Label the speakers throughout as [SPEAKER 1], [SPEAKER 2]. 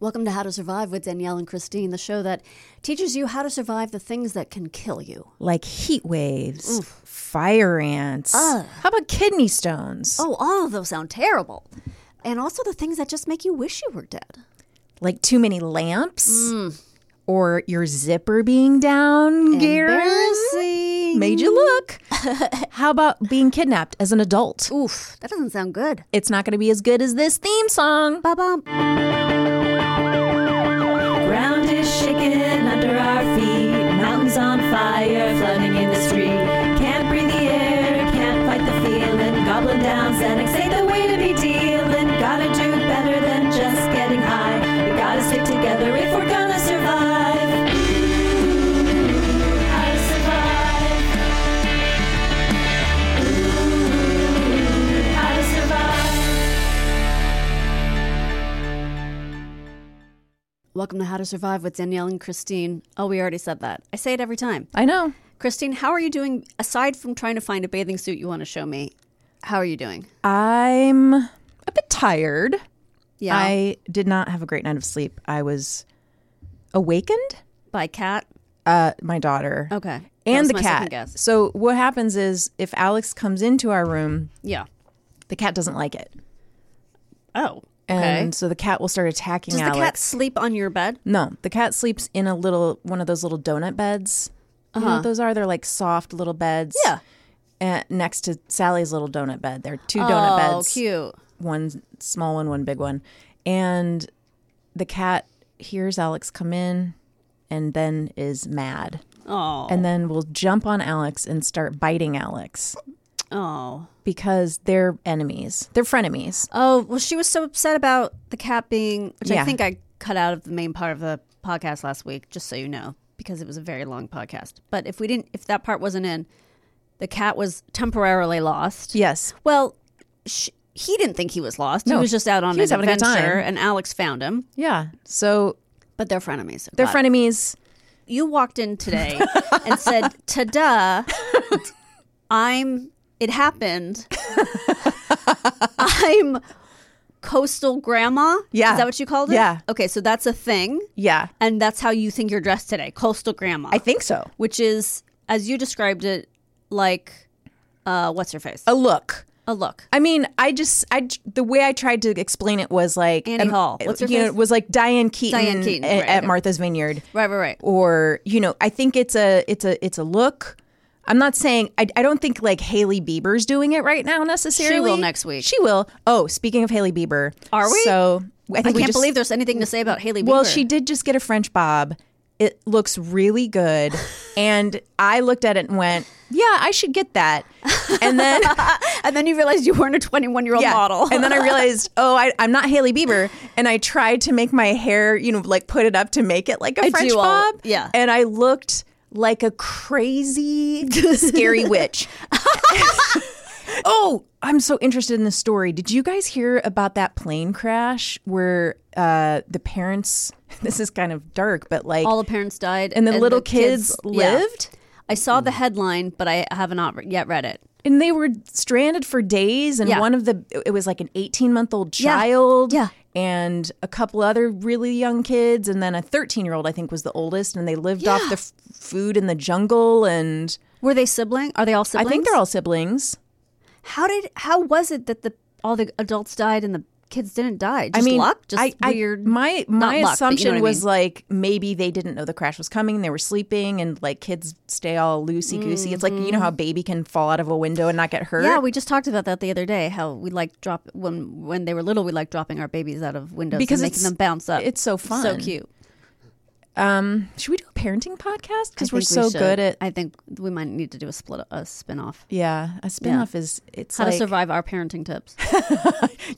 [SPEAKER 1] Welcome to How to Survive with Danielle and Christine, the show that teaches you how to survive the things that can kill you.
[SPEAKER 2] like heat waves, fire ants.
[SPEAKER 1] Ugh.
[SPEAKER 2] How about kidney stones?
[SPEAKER 1] Oh, all of those sound terrible. And also the things that just make you wish you were dead.
[SPEAKER 2] Like too many lamps
[SPEAKER 1] Mm.
[SPEAKER 2] or your zipper being down, Garen.
[SPEAKER 1] Embarrassing.
[SPEAKER 2] Made you look. How about being kidnapped as an adult?
[SPEAKER 1] Oof, that doesn't sound good.
[SPEAKER 2] It's not going to be as good as this theme song.
[SPEAKER 1] Ba bum.
[SPEAKER 3] Ground is shaking under our feet. Mountains on fire, flooding in the street. Can't breathe the air, can't fight the feeling. Goblin down, Xanax ain't the way to be dealing. Gotta do better than just getting high. We gotta stick together if we're gonna survive. Ooh, how to survive. Ooh, how to survive.
[SPEAKER 1] Welcome to How to Survive with Danielle and Christine. Oh, we already said that. I say it every time.
[SPEAKER 2] I know.
[SPEAKER 1] Christine, how are you doing aside from trying to find a bathing suit you want to show me? How are you doing?
[SPEAKER 2] I'm a bit tired.
[SPEAKER 1] Yeah.
[SPEAKER 2] I did not have a great night of sleep. I was awakened
[SPEAKER 1] By cat?
[SPEAKER 2] uh my daughter.
[SPEAKER 1] Okay. That was
[SPEAKER 2] And the
[SPEAKER 1] my second
[SPEAKER 2] cat.
[SPEAKER 1] guess.
[SPEAKER 2] So what happens is if Alex comes into our room,
[SPEAKER 1] Yeah.
[SPEAKER 2] the cat doesn't like it.
[SPEAKER 1] Oh. Okay.
[SPEAKER 2] And so the cat will start attacking
[SPEAKER 1] Does the
[SPEAKER 2] Alex.
[SPEAKER 1] cat sleep on your bed?
[SPEAKER 2] no, the cat sleeps in a little one of those little donut beds. You know what those are? They're like soft little beds.
[SPEAKER 1] Uh-huh. Yeah.
[SPEAKER 2] And next to Sally's little donut bed. There are two
[SPEAKER 1] oh,
[SPEAKER 2] donut beds.
[SPEAKER 1] cute.
[SPEAKER 2] One small one, one big one. And the cat hears Alex come in and then is mad.
[SPEAKER 1] Oh.
[SPEAKER 2] And then will jump on Alex and start biting Alex
[SPEAKER 1] Oh.
[SPEAKER 2] because they're enemies. They're frenemies.
[SPEAKER 1] Oh, well, she was so upset about the cat being, which I
[SPEAKER 2] Yeah.
[SPEAKER 1] think I cut out of the main part of the podcast last week, just so you know, because it was a very long podcast. But if we didn't, if that part wasn't in, the cat was temporarily lost.
[SPEAKER 2] Yes.
[SPEAKER 1] Well, sh he didn't think he was lost. He
[SPEAKER 2] No,
[SPEAKER 1] was just out on
[SPEAKER 2] he was
[SPEAKER 1] an
[SPEAKER 2] having a good
[SPEAKER 1] adventure,
[SPEAKER 2] time.
[SPEAKER 1] and Alex found him.
[SPEAKER 2] Yeah. So
[SPEAKER 1] But they're frenemies.
[SPEAKER 2] they're
[SPEAKER 1] Got it.
[SPEAKER 2] frenemies.
[SPEAKER 1] You walked in today and said, "Ta-da! I'm. It happened. I'm." Coastal grandma?
[SPEAKER 2] Yeah.
[SPEAKER 1] Is that what you called it?
[SPEAKER 2] Yeah.
[SPEAKER 1] Okay, so that's a thing.
[SPEAKER 2] Yeah.
[SPEAKER 1] And that's how you think you're dressed today, coastal grandma.
[SPEAKER 2] I think so.
[SPEAKER 1] which is, as you described it, like, uh, what's her face?
[SPEAKER 2] A look.
[SPEAKER 1] A look.
[SPEAKER 2] I mean, I just, I the way I tried to explain it was like um,
[SPEAKER 1] Annie Hall. What's her
[SPEAKER 2] you know,
[SPEAKER 1] face?
[SPEAKER 2] it was like Diane Keaton,
[SPEAKER 1] Diane Keaton,
[SPEAKER 2] a-
[SPEAKER 1] right,
[SPEAKER 2] at
[SPEAKER 1] okay.
[SPEAKER 2] Martha's Vineyard,
[SPEAKER 1] Right, right, right.
[SPEAKER 2] or you know, I think it's a, it's a, it's a look. I'm not saying I, I don't think like Haley Bieber's doing it right now necessarily.
[SPEAKER 1] next week.
[SPEAKER 2] She will. Oh, speaking of Haley Bieber,
[SPEAKER 1] Are we?
[SPEAKER 2] So I think
[SPEAKER 1] I
[SPEAKER 2] we
[SPEAKER 1] can't
[SPEAKER 2] just,
[SPEAKER 1] believe there's anything to say about Haley Bieber.
[SPEAKER 2] Well, she did just get a French bob. It looks really good. and I looked at it and went, yeah, I should get that. And then
[SPEAKER 1] And then you realized you weren't a 21 year old model.
[SPEAKER 2] and then I realized, oh, I, I'm not Haley Bieber. And I tried to make my hair, you know, like put it up to make it like a
[SPEAKER 1] I
[SPEAKER 2] French
[SPEAKER 1] do all-
[SPEAKER 2] bob.
[SPEAKER 1] yeah.
[SPEAKER 2] And I looked like a crazy, scary witch. oh, I'm so interested in the story. Did you guys hear about that plane crash where uh, the parents. This is kind of dark, but like
[SPEAKER 1] all the parents died,
[SPEAKER 2] and the little kids,
[SPEAKER 1] yeah.
[SPEAKER 2] lived,
[SPEAKER 1] I saw
[SPEAKER 2] Mm.
[SPEAKER 1] the headline, but I have not re- yet read it.
[SPEAKER 2] and they were stranded for days. And
[SPEAKER 1] Yeah.
[SPEAKER 2] one of the it was like an eighteen month old
[SPEAKER 1] Yeah.
[SPEAKER 2] child,
[SPEAKER 1] Yeah.
[SPEAKER 2] and a couple other really young kids, and then a thirteen year old I think was the oldest, and they lived off the f- food in the jungle. And
[SPEAKER 1] Were they sibling? Are they all siblings?
[SPEAKER 2] I think they're all siblings.
[SPEAKER 1] How did? How was it that the all the adults died and the kids didn't die?
[SPEAKER 2] I
[SPEAKER 1] Just
[SPEAKER 2] mean,
[SPEAKER 1] luck? Just
[SPEAKER 2] I, I-
[SPEAKER 1] weird.
[SPEAKER 2] my
[SPEAKER 1] not luck, but
[SPEAKER 2] my
[SPEAKER 1] you know
[SPEAKER 2] assumption
[SPEAKER 1] what I
[SPEAKER 2] was
[SPEAKER 1] mean.
[SPEAKER 2] like maybe they didn't know the crash was coming. They were sleeping, and like kids stay all loosey goosey. It's like you know how a baby can fall out of a window and not get hurt.
[SPEAKER 1] Mm-hmm. Yeah, we just talked about that the other day. How we like drop when when they were little, we like dropping our babies out of windows
[SPEAKER 2] Because
[SPEAKER 1] and making
[SPEAKER 2] it's-
[SPEAKER 1] them bounce up.
[SPEAKER 2] it's so
[SPEAKER 1] so
[SPEAKER 2] fun.
[SPEAKER 1] cute.
[SPEAKER 2] um, should we do a parenting podcast? Because
[SPEAKER 1] I
[SPEAKER 2] we're
[SPEAKER 1] think
[SPEAKER 2] so
[SPEAKER 1] we should.
[SPEAKER 2] good at
[SPEAKER 1] I think we might need to do a split a spin off.
[SPEAKER 2] yeah. A spinoff is it's
[SPEAKER 1] How
[SPEAKER 2] like Oh,
[SPEAKER 1] to survive our parenting tips.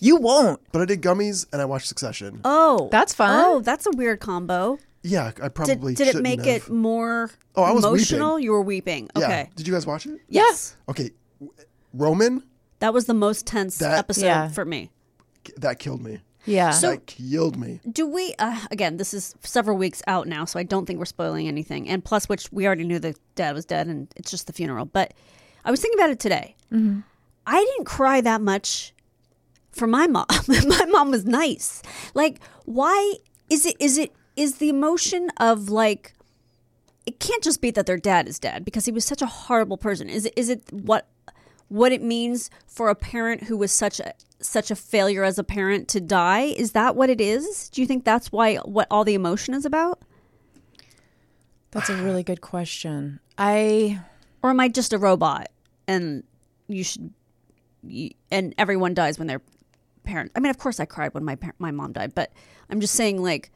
[SPEAKER 2] you won't.
[SPEAKER 4] But I did gummies and I watched Succession.
[SPEAKER 1] Oh,
[SPEAKER 2] That's fun.
[SPEAKER 1] Oh, that's a weird combo.
[SPEAKER 4] yeah, I
[SPEAKER 1] Did,
[SPEAKER 4] probably
[SPEAKER 1] did it
[SPEAKER 4] shouldn't
[SPEAKER 1] make
[SPEAKER 4] have.
[SPEAKER 1] it more
[SPEAKER 4] Oh, I was
[SPEAKER 1] emotional?
[SPEAKER 4] weeping.
[SPEAKER 1] You were weeping.
[SPEAKER 4] Yeah.
[SPEAKER 1] Okay.
[SPEAKER 4] Did you guys watch it?
[SPEAKER 1] Yes.
[SPEAKER 4] Okay, w- Roman
[SPEAKER 1] That was the most tense
[SPEAKER 4] That-
[SPEAKER 1] episode
[SPEAKER 2] Yeah.
[SPEAKER 1] for me.
[SPEAKER 4] that killed me.
[SPEAKER 2] Yeah.
[SPEAKER 1] So-
[SPEAKER 4] that killed me.
[SPEAKER 1] Do we, uh, again, this is several weeks out now, so I don't think we're spoiling anything. And plus, which we already knew the dad was dead and it's just the funeral. But I was thinking about it today. I didn't cry that much for my mom. my mom was nice. Like, why is it, is it, is the emotion of like, it can't just be that their dad is dead because he was such a horrible person. Is it, is it what, what it means for a parent who was such a such a failure as a parent to die is that what it is do you think that's why what all the emotion is about
[SPEAKER 2] That's a really good question. I
[SPEAKER 1] or am i just a robot and you should you, and everyone dies when their parent i mean of course i cried when my par- my mom died but i'm just saying like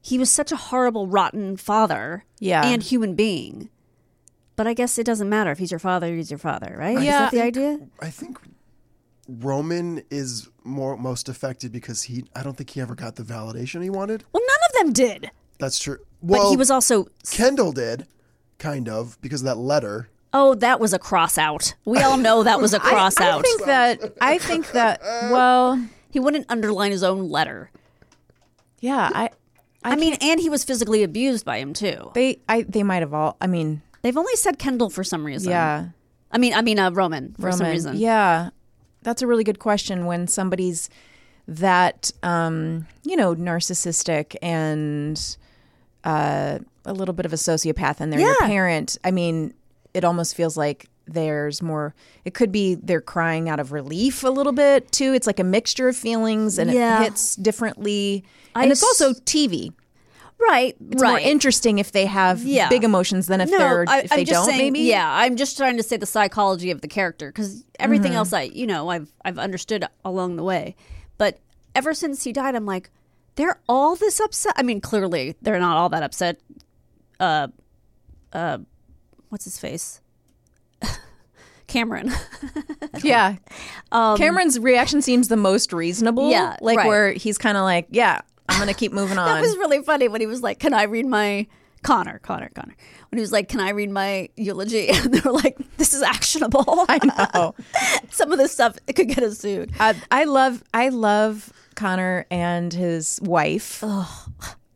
[SPEAKER 1] he was such a horrible rotten father
[SPEAKER 2] Yeah.
[SPEAKER 1] and human being but i guess it doesn't matter if he's your father he's your father right is
[SPEAKER 2] Yeah.
[SPEAKER 1] that the idea
[SPEAKER 4] I think Roman is more most affected because he. I don't think he ever got the validation he wanted.
[SPEAKER 1] well none of them did
[SPEAKER 4] That's true.
[SPEAKER 1] but
[SPEAKER 4] Well,
[SPEAKER 1] he was also
[SPEAKER 4] Kendall did, kind of, because of that letter.
[SPEAKER 1] Oh, that was a cross out. We all know that was a
[SPEAKER 2] I-
[SPEAKER 1] cross
[SPEAKER 2] I,
[SPEAKER 1] out.
[SPEAKER 2] think that I think that well
[SPEAKER 1] he wouldn't underline his own letter.
[SPEAKER 2] yeah I
[SPEAKER 1] I, mean, and he was physically abused by him too.
[SPEAKER 2] they I they might have all I mean
[SPEAKER 1] They've only said Kendall for some reason.
[SPEAKER 2] yeah.
[SPEAKER 1] I mean, I mean uh, Roman for some
[SPEAKER 2] Roman.
[SPEAKER 1] reason.
[SPEAKER 2] Yeah. That's a really good question when somebody's that um, you know, narcissistic and uh, a little bit of a sociopath and they're your
[SPEAKER 1] Yeah.
[SPEAKER 2] parent. I mean, it almost feels like there's more it could be they're crying out of relief a little bit too. It's like a mixture of feelings and
[SPEAKER 1] Yeah.
[SPEAKER 2] it hits differently.
[SPEAKER 1] I
[SPEAKER 2] and it's
[SPEAKER 1] s-
[SPEAKER 2] also TV.
[SPEAKER 1] Right.
[SPEAKER 2] It's
[SPEAKER 1] right.
[SPEAKER 2] more interesting if they have
[SPEAKER 1] Yeah.
[SPEAKER 2] big emotions than if they're
[SPEAKER 1] I,
[SPEAKER 2] if
[SPEAKER 1] I'm
[SPEAKER 2] they
[SPEAKER 1] just
[SPEAKER 2] don't
[SPEAKER 1] saying,
[SPEAKER 2] maybe.
[SPEAKER 1] Yeah, I'm just trying to say the psychology of the character because
[SPEAKER 2] Mm-hmm.
[SPEAKER 1] everything else I, you know, I've I've understood along the way, but ever since he died, I'm like, they're all this upset. I mean, clearly they're not all that upset. Uh, uh, what's his face? Cameron.
[SPEAKER 2] Yeah. Cameron's reaction seems the most reasonable.
[SPEAKER 1] Yeah,
[SPEAKER 2] Like
[SPEAKER 1] right.
[SPEAKER 2] where he's kind of like, yeah, I'm going to keep moving on.
[SPEAKER 1] That was really funny when he was like, "Can I read my Connor, Connor, Connor?" When he was like, "Can I read my eulogy?" and they were like, "This is actionable."
[SPEAKER 2] I know.
[SPEAKER 1] Some of this stuff it could get us sued.
[SPEAKER 2] I, I love I love Connor and his wife.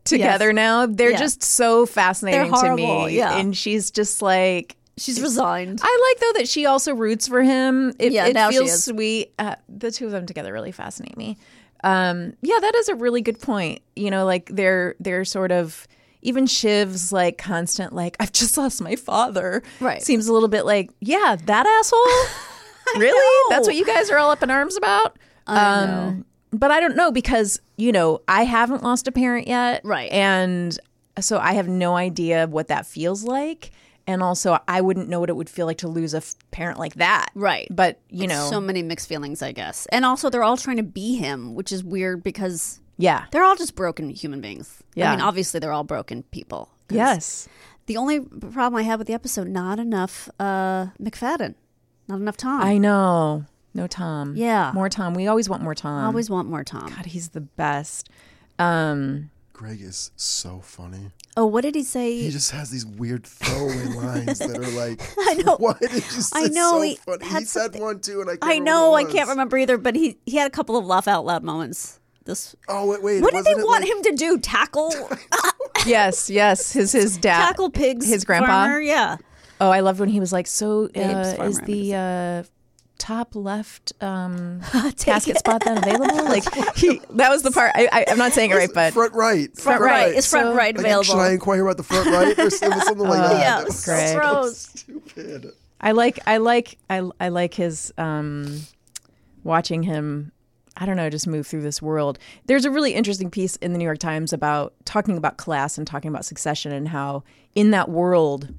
[SPEAKER 2] Together
[SPEAKER 1] Yes.
[SPEAKER 2] now, they're
[SPEAKER 1] Yeah.
[SPEAKER 2] just so fascinating to
[SPEAKER 1] horrible,
[SPEAKER 2] me.
[SPEAKER 1] yeah.
[SPEAKER 2] And she's just like,
[SPEAKER 1] She's resigned.
[SPEAKER 2] I like though that she also roots for him. It,
[SPEAKER 1] Yeah,
[SPEAKER 2] it
[SPEAKER 1] now she
[SPEAKER 2] feels
[SPEAKER 1] is.
[SPEAKER 2] sweet. Uh, the two of them together really fascinate me. Um, yeah, that is a really good point. You know, like they're they're sort of even Shiv's like constant like I've just lost my father.
[SPEAKER 1] Right.
[SPEAKER 2] Seems a little bit like yeah that asshole. really? That's what you guys are all up in arms about. um, But I don't know because you know I haven't lost a parent yet.
[SPEAKER 1] Right.
[SPEAKER 2] And so I have no idea what that feels like. And also, I wouldn't know what it would feel like to lose a f- parent like that.
[SPEAKER 1] Right.
[SPEAKER 2] But, you know,
[SPEAKER 1] so many mixed feelings, I guess. And also, they're all trying to be him, which is weird because
[SPEAKER 2] yeah.
[SPEAKER 1] they're all just broken human beings. I
[SPEAKER 2] Yeah.
[SPEAKER 1] mean, obviously, they're all broken people. 'Cause
[SPEAKER 2] Yes.
[SPEAKER 1] The only problem I had with the episode, not enough uh, McFadden, not enough Tom.
[SPEAKER 2] I know. No Tom.
[SPEAKER 1] Yeah.
[SPEAKER 2] More Tom. We always want more Tom.
[SPEAKER 1] I always want more Tom.
[SPEAKER 2] God, he's the best. Um,
[SPEAKER 4] Greg is so funny.
[SPEAKER 1] Oh, what did he say?
[SPEAKER 4] He just has these weird throwaway lines that are like,
[SPEAKER 1] I know.
[SPEAKER 4] What? It's just,
[SPEAKER 1] I
[SPEAKER 4] it's
[SPEAKER 1] know,
[SPEAKER 4] so
[SPEAKER 1] he
[SPEAKER 4] funny.
[SPEAKER 1] had
[SPEAKER 4] He said
[SPEAKER 1] something-
[SPEAKER 4] one too, and I can't
[SPEAKER 1] I
[SPEAKER 4] remember
[SPEAKER 1] know.
[SPEAKER 4] what
[SPEAKER 1] I
[SPEAKER 4] it
[SPEAKER 1] can't
[SPEAKER 4] was.
[SPEAKER 1] remember either, but he, he had a couple of laugh out loud moments. This.
[SPEAKER 4] Oh wait, wait.
[SPEAKER 1] What did they
[SPEAKER 4] wasn't it
[SPEAKER 1] want
[SPEAKER 4] like-
[SPEAKER 1] him to do? Tackle
[SPEAKER 2] yes, yes. His his dad
[SPEAKER 1] tackle pigs.
[SPEAKER 2] His grandpa.
[SPEAKER 1] farmer? Yeah.
[SPEAKER 2] Oh, I loved when he was like, "So uh,
[SPEAKER 1] farmer,
[SPEAKER 2] is
[SPEAKER 1] I'm
[SPEAKER 2] the uh, top left um,
[SPEAKER 1] Take
[SPEAKER 2] casket
[SPEAKER 1] it.
[SPEAKER 2] spot then available?" Like he, that was the part. I, I, I'm not saying it right, but
[SPEAKER 4] Front right.
[SPEAKER 1] Front right. Is front
[SPEAKER 2] So-
[SPEAKER 1] right
[SPEAKER 4] Like,
[SPEAKER 1] available?
[SPEAKER 4] Should I inquire about the front right or something something like that?
[SPEAKER 1] yeah.
[SPEAKER 4] That was
[SPEAKER 2] Greg.
[SPEAKER 1] Gross.
[SPEAKER 4] stupid.
[SPEAKER 2] I like, I like, I, I like his um, watching him. I don't know, just move through this world. There's a really interesting piece in the New York Times about talking about class and talking about succession and how in that world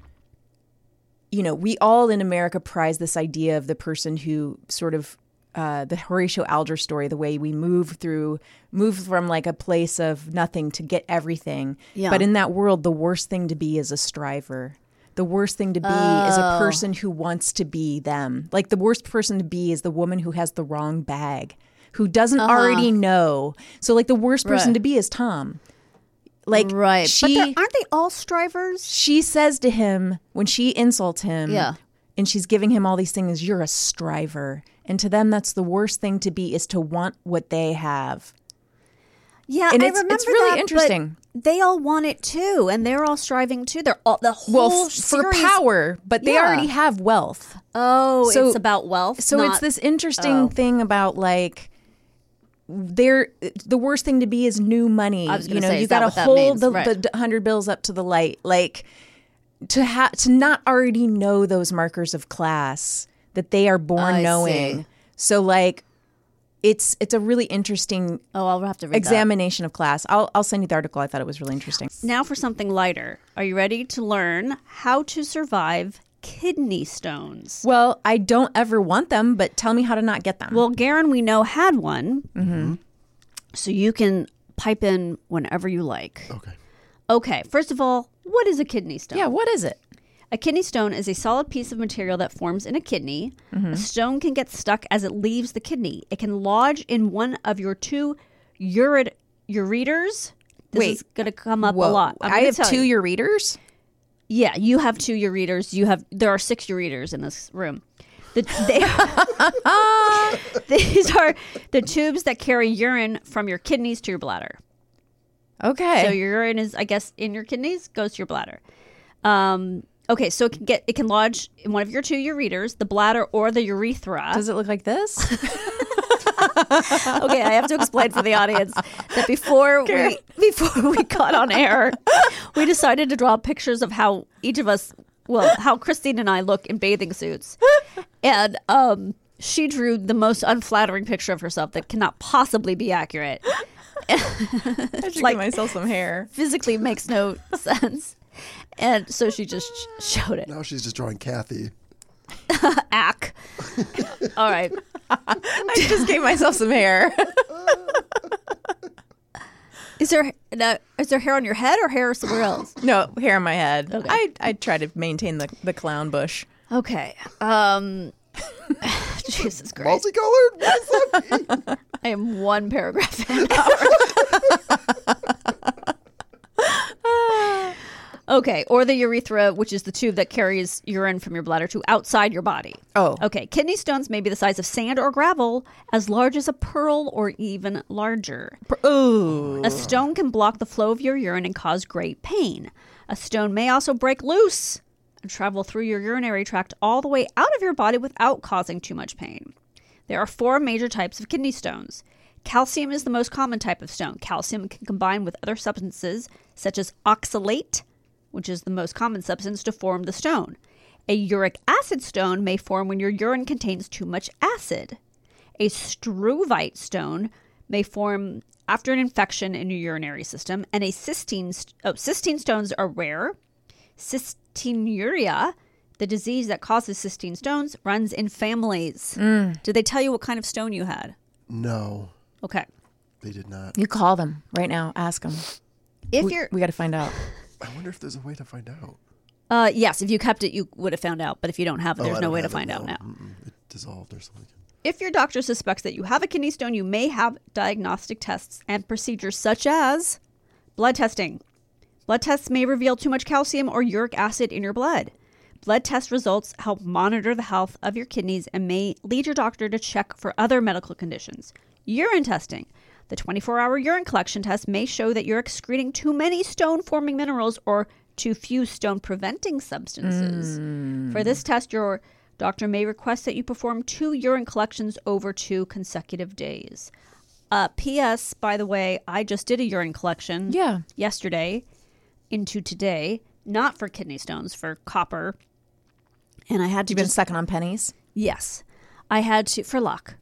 [SPEAKER 2] you know, we all in America prize this idea of the person who sort of uh, the Horatio Alger story, the way we move through, move from like a place of nothing to get everything.
[SPEAKER 1] Yeah.
[SPEAKER 2] But in that world, the worst thing to be is a striver. The worst thing to be is
[SPEAKER 1] Oh.
[SPEAKER 2] a person who wants to be them. Like the worst person to be is the woman who has the wrong bag, who doesn't already know. So like the worst person
[SPEAKER 1] Uh-huh. Right.
[SPEAKER 2] to be is Tom. Like
[SPEAKER 1] Right. but
[SPEAKER 2] she
[SPEAKER 1] there- aren't they all strivers?
[SPEAKER 2] she says to him when she insults him
[SPEAKER 1] Yeah.
[SPEAKER 2] and she's giving him all these things you're a striver and to them that's the worst thing to be is to want what they have
[SPEAKER 1] Yeah,
[SPEAKER 2] And
[SPEAKER 1] I
[SPEAKER 2] it's-
[SPEAKER 1] remember
[SPEAKER 2] it's really
[SPEAKER 1] that, but
[SPEAKER 2] interesting.
[SPEAKER 1] They all want it too, and they're all striving too. They're all the whole
[SPEAKER 2] well f- for
[SPEAKER 1] series-
[SPEAKER 2] power but they
[SPEAKER 1] Yeah.
[SPEAKER 2] already have wealth
[SPEAKER 1] Oh,
[SPEAKER 2] So-
[SPEAKER 1] it's about wealth.
[SPEAKER 2] so it's
[SPEAKER 1] not-
[SPEAKER 2] this interesting
[SPEAKER 1] oh.
[SPEAKER 2] thing about like there the worst thing to be is new money
[SPEAKER 1] I was gonna
[SPEAKER 2] you know
[SPEAKER 1] say,
[SPEAKER 2] you
[SPEAKER 1] is that
[SPEAKER 2] gotta
[SPEAKER 1] what that
[SPEAKER 2] hold
[SPEAKER 1] means?
[SPEAKER 2] the,
[SPEAKER 1] Right.
[SPEAKER 2] the 100 bills up to the light like to ha- to not already know those markers of class that they are born
[SPEAKER 1] I see.
[SPEAKER 2] knowing so like it's it's a really interesting
[SPEAKER 1] Oh, I'll have to read that.
[SPEAKER 2] examination of class i'll i'll send you the article i thought it was really interesting
[SPEAKER 1] Now for something lighter. Are you ready to learn how to survive kidney stones?
[SPEAKER 2] well i don't ever want them but tell me how to not get them
[SPEAKER 1] Well, Garen, we know had one, mm-hmm. so you can pipe in whenever you like.
[SPEAKER 4] Okay.
[SPEAKER 1] Okay. First of all, what is a kidney stone?
[SPEAKER 2] yeah what is it
[SPEAKER 1] A kidney stone is a solid piece of material that forms in a kidney.
[SPEAKER 2] Mm-hmm.
[SPEAKER 1] A stone can get stuck as it leaves the kidney. It can lodge in one of your two uret- ureters. This
[SPEAKER 2] Wait.
[SPEAKER 1] is going to come up
[SPEAKER 2] Whoa.
[SPEAKER 1] a lot. I'm
[SPEAKER 2] i
[SPEAKER 1] gonna
[SPEAKER 2] have
[SPEAKER 1] tell
[SPEAKER 2] two
[SPEAKER 1] you.
[SPEAKER 2] your readers
[SPEAKER 1] Yeah, you have two ureters. You have there are six ureters in this room. The, they these are the tubes that carry urine from your kidneys to your bladder.
[SPEAKER 2] okay
[SPEAKER 1] So your urine is, I guess, in your kidneys, goes to your bladder. Um, okay, so it can get it can lodge in one of your two ureters, the bladder or the urethra.
[SPEAKER 2] Does it look like this?
[SPEAKER 1] okay, I have to explain for the audience that before we before we got on air, we decided to draw pictures of how each of us, well, how Christine and I look in bathing suits, and um, she drew the most unflattering picture of herself that cannot possibly be accurate.
[SPEAKER 2] I should
[SPEAKER 1] like-
[SPEAKER 2] give myself some hair.
[SPEAKER 1] Physically makes no sense, and so she just sh- showed it.
[SPEAKER 4] Now she's just drawing Kathy.
[SPEAKER 1] Ack. All right.
[SPEAKER 2] I just gave myself some hair.
[SPEAKER 1] Is there now, is there hair on your head or hair somewhere else?
[SPEAKER 2] no, hair on my head. I, I try to maintain the, the clown bush.
[SPEAKER 1] Okay. Um Jesus Christ.
[SPEAKER 4] Multicolored? What is that?
[SPEAKER 1] I am one paragraph in. okay, or the urethra, which is the tube that carries urine from your bladder to outside your body.
[SPEAKER 2] Oh.
[SPEAKER 1] Okay, kidney stones may be the size of sand or gravel, as large as a pearl or even larger.
[SPEAKER 2] Ooh.
[SPEAKER 1] A stone can block the flow of your urine and cause great pain. A stone may also break loose and travel through your urinary tract all the way out of your body without causing too much pain. There are four major types of kidney stones. Calcium is the most common type of stone. Calcium can combine with other substances such as oxalate, which is the most common substance, to form the stone. A uric acid stone may form when your urine contains too much acid. A struvite stone may form after an infection in your urinary system, and a cystine st- oh, cystine stones are rare. Cystinuria, the disease that causes cystine stones, runs in families. Did they tell you what kind of stone you had?
[SPEAKER 4] No,
[SPEAKER 1] Okay.
[SPEAKER 4] they did not.
[SPEAKER 2] You call them right now. Ask them.
[SPEAKER 1] If
[SPEAKER 2] We,
[SPEAKER 1] you're
[SPEAKER 2] we got to find out.
[SPEAKER 4] I wonder if there's a way to find out.
[SPEAKER 1] uh yes, if you kept it you would have found out, but if you don't have it,
[SPEAKER 4] Oh,
[SPEAKER 1] there's
[SPEAKER 4] I
[SPEAKER 1] no
[SPEAKER 4] don't
[SPEAKER 1] way to
[SPEAKER 4] have it,
[SPEAKER 1] find
[SPEAKER 4] no.
[SPEAKER 1] out now.
[SPEAKER 4] Mm-mm. It dissolved or something.
[SPEAKER 1] If your doctor suspects that you have a kidney stone, you may have diagnostic tests and procedures such as blood testing. Blood tests may reveal too much calcium or uric acid in your blood. Blood test results help monitor the health of your kidneys and may lead your doctor to check for other medical conditions. Urine testing. The 24 hour urine collection test may show that you're excreting too many stone forming minerals or too few stone preventing substances. For this test, your doctor may request that you perform two urine collections over two consecutive days. Uh, P.S. By the way, I just did a urine collection.
[SPEAKER 2] Yeah.
[SPEAKER 1] Yesterday, into today, not for kidney stones, for copper. And I had to
[SPEAKER 2] You've been
[SPEAKER 1] just
[SPEAKER 2] sucking on pennies?
[SPEAKER 1] yes, I had to for luck.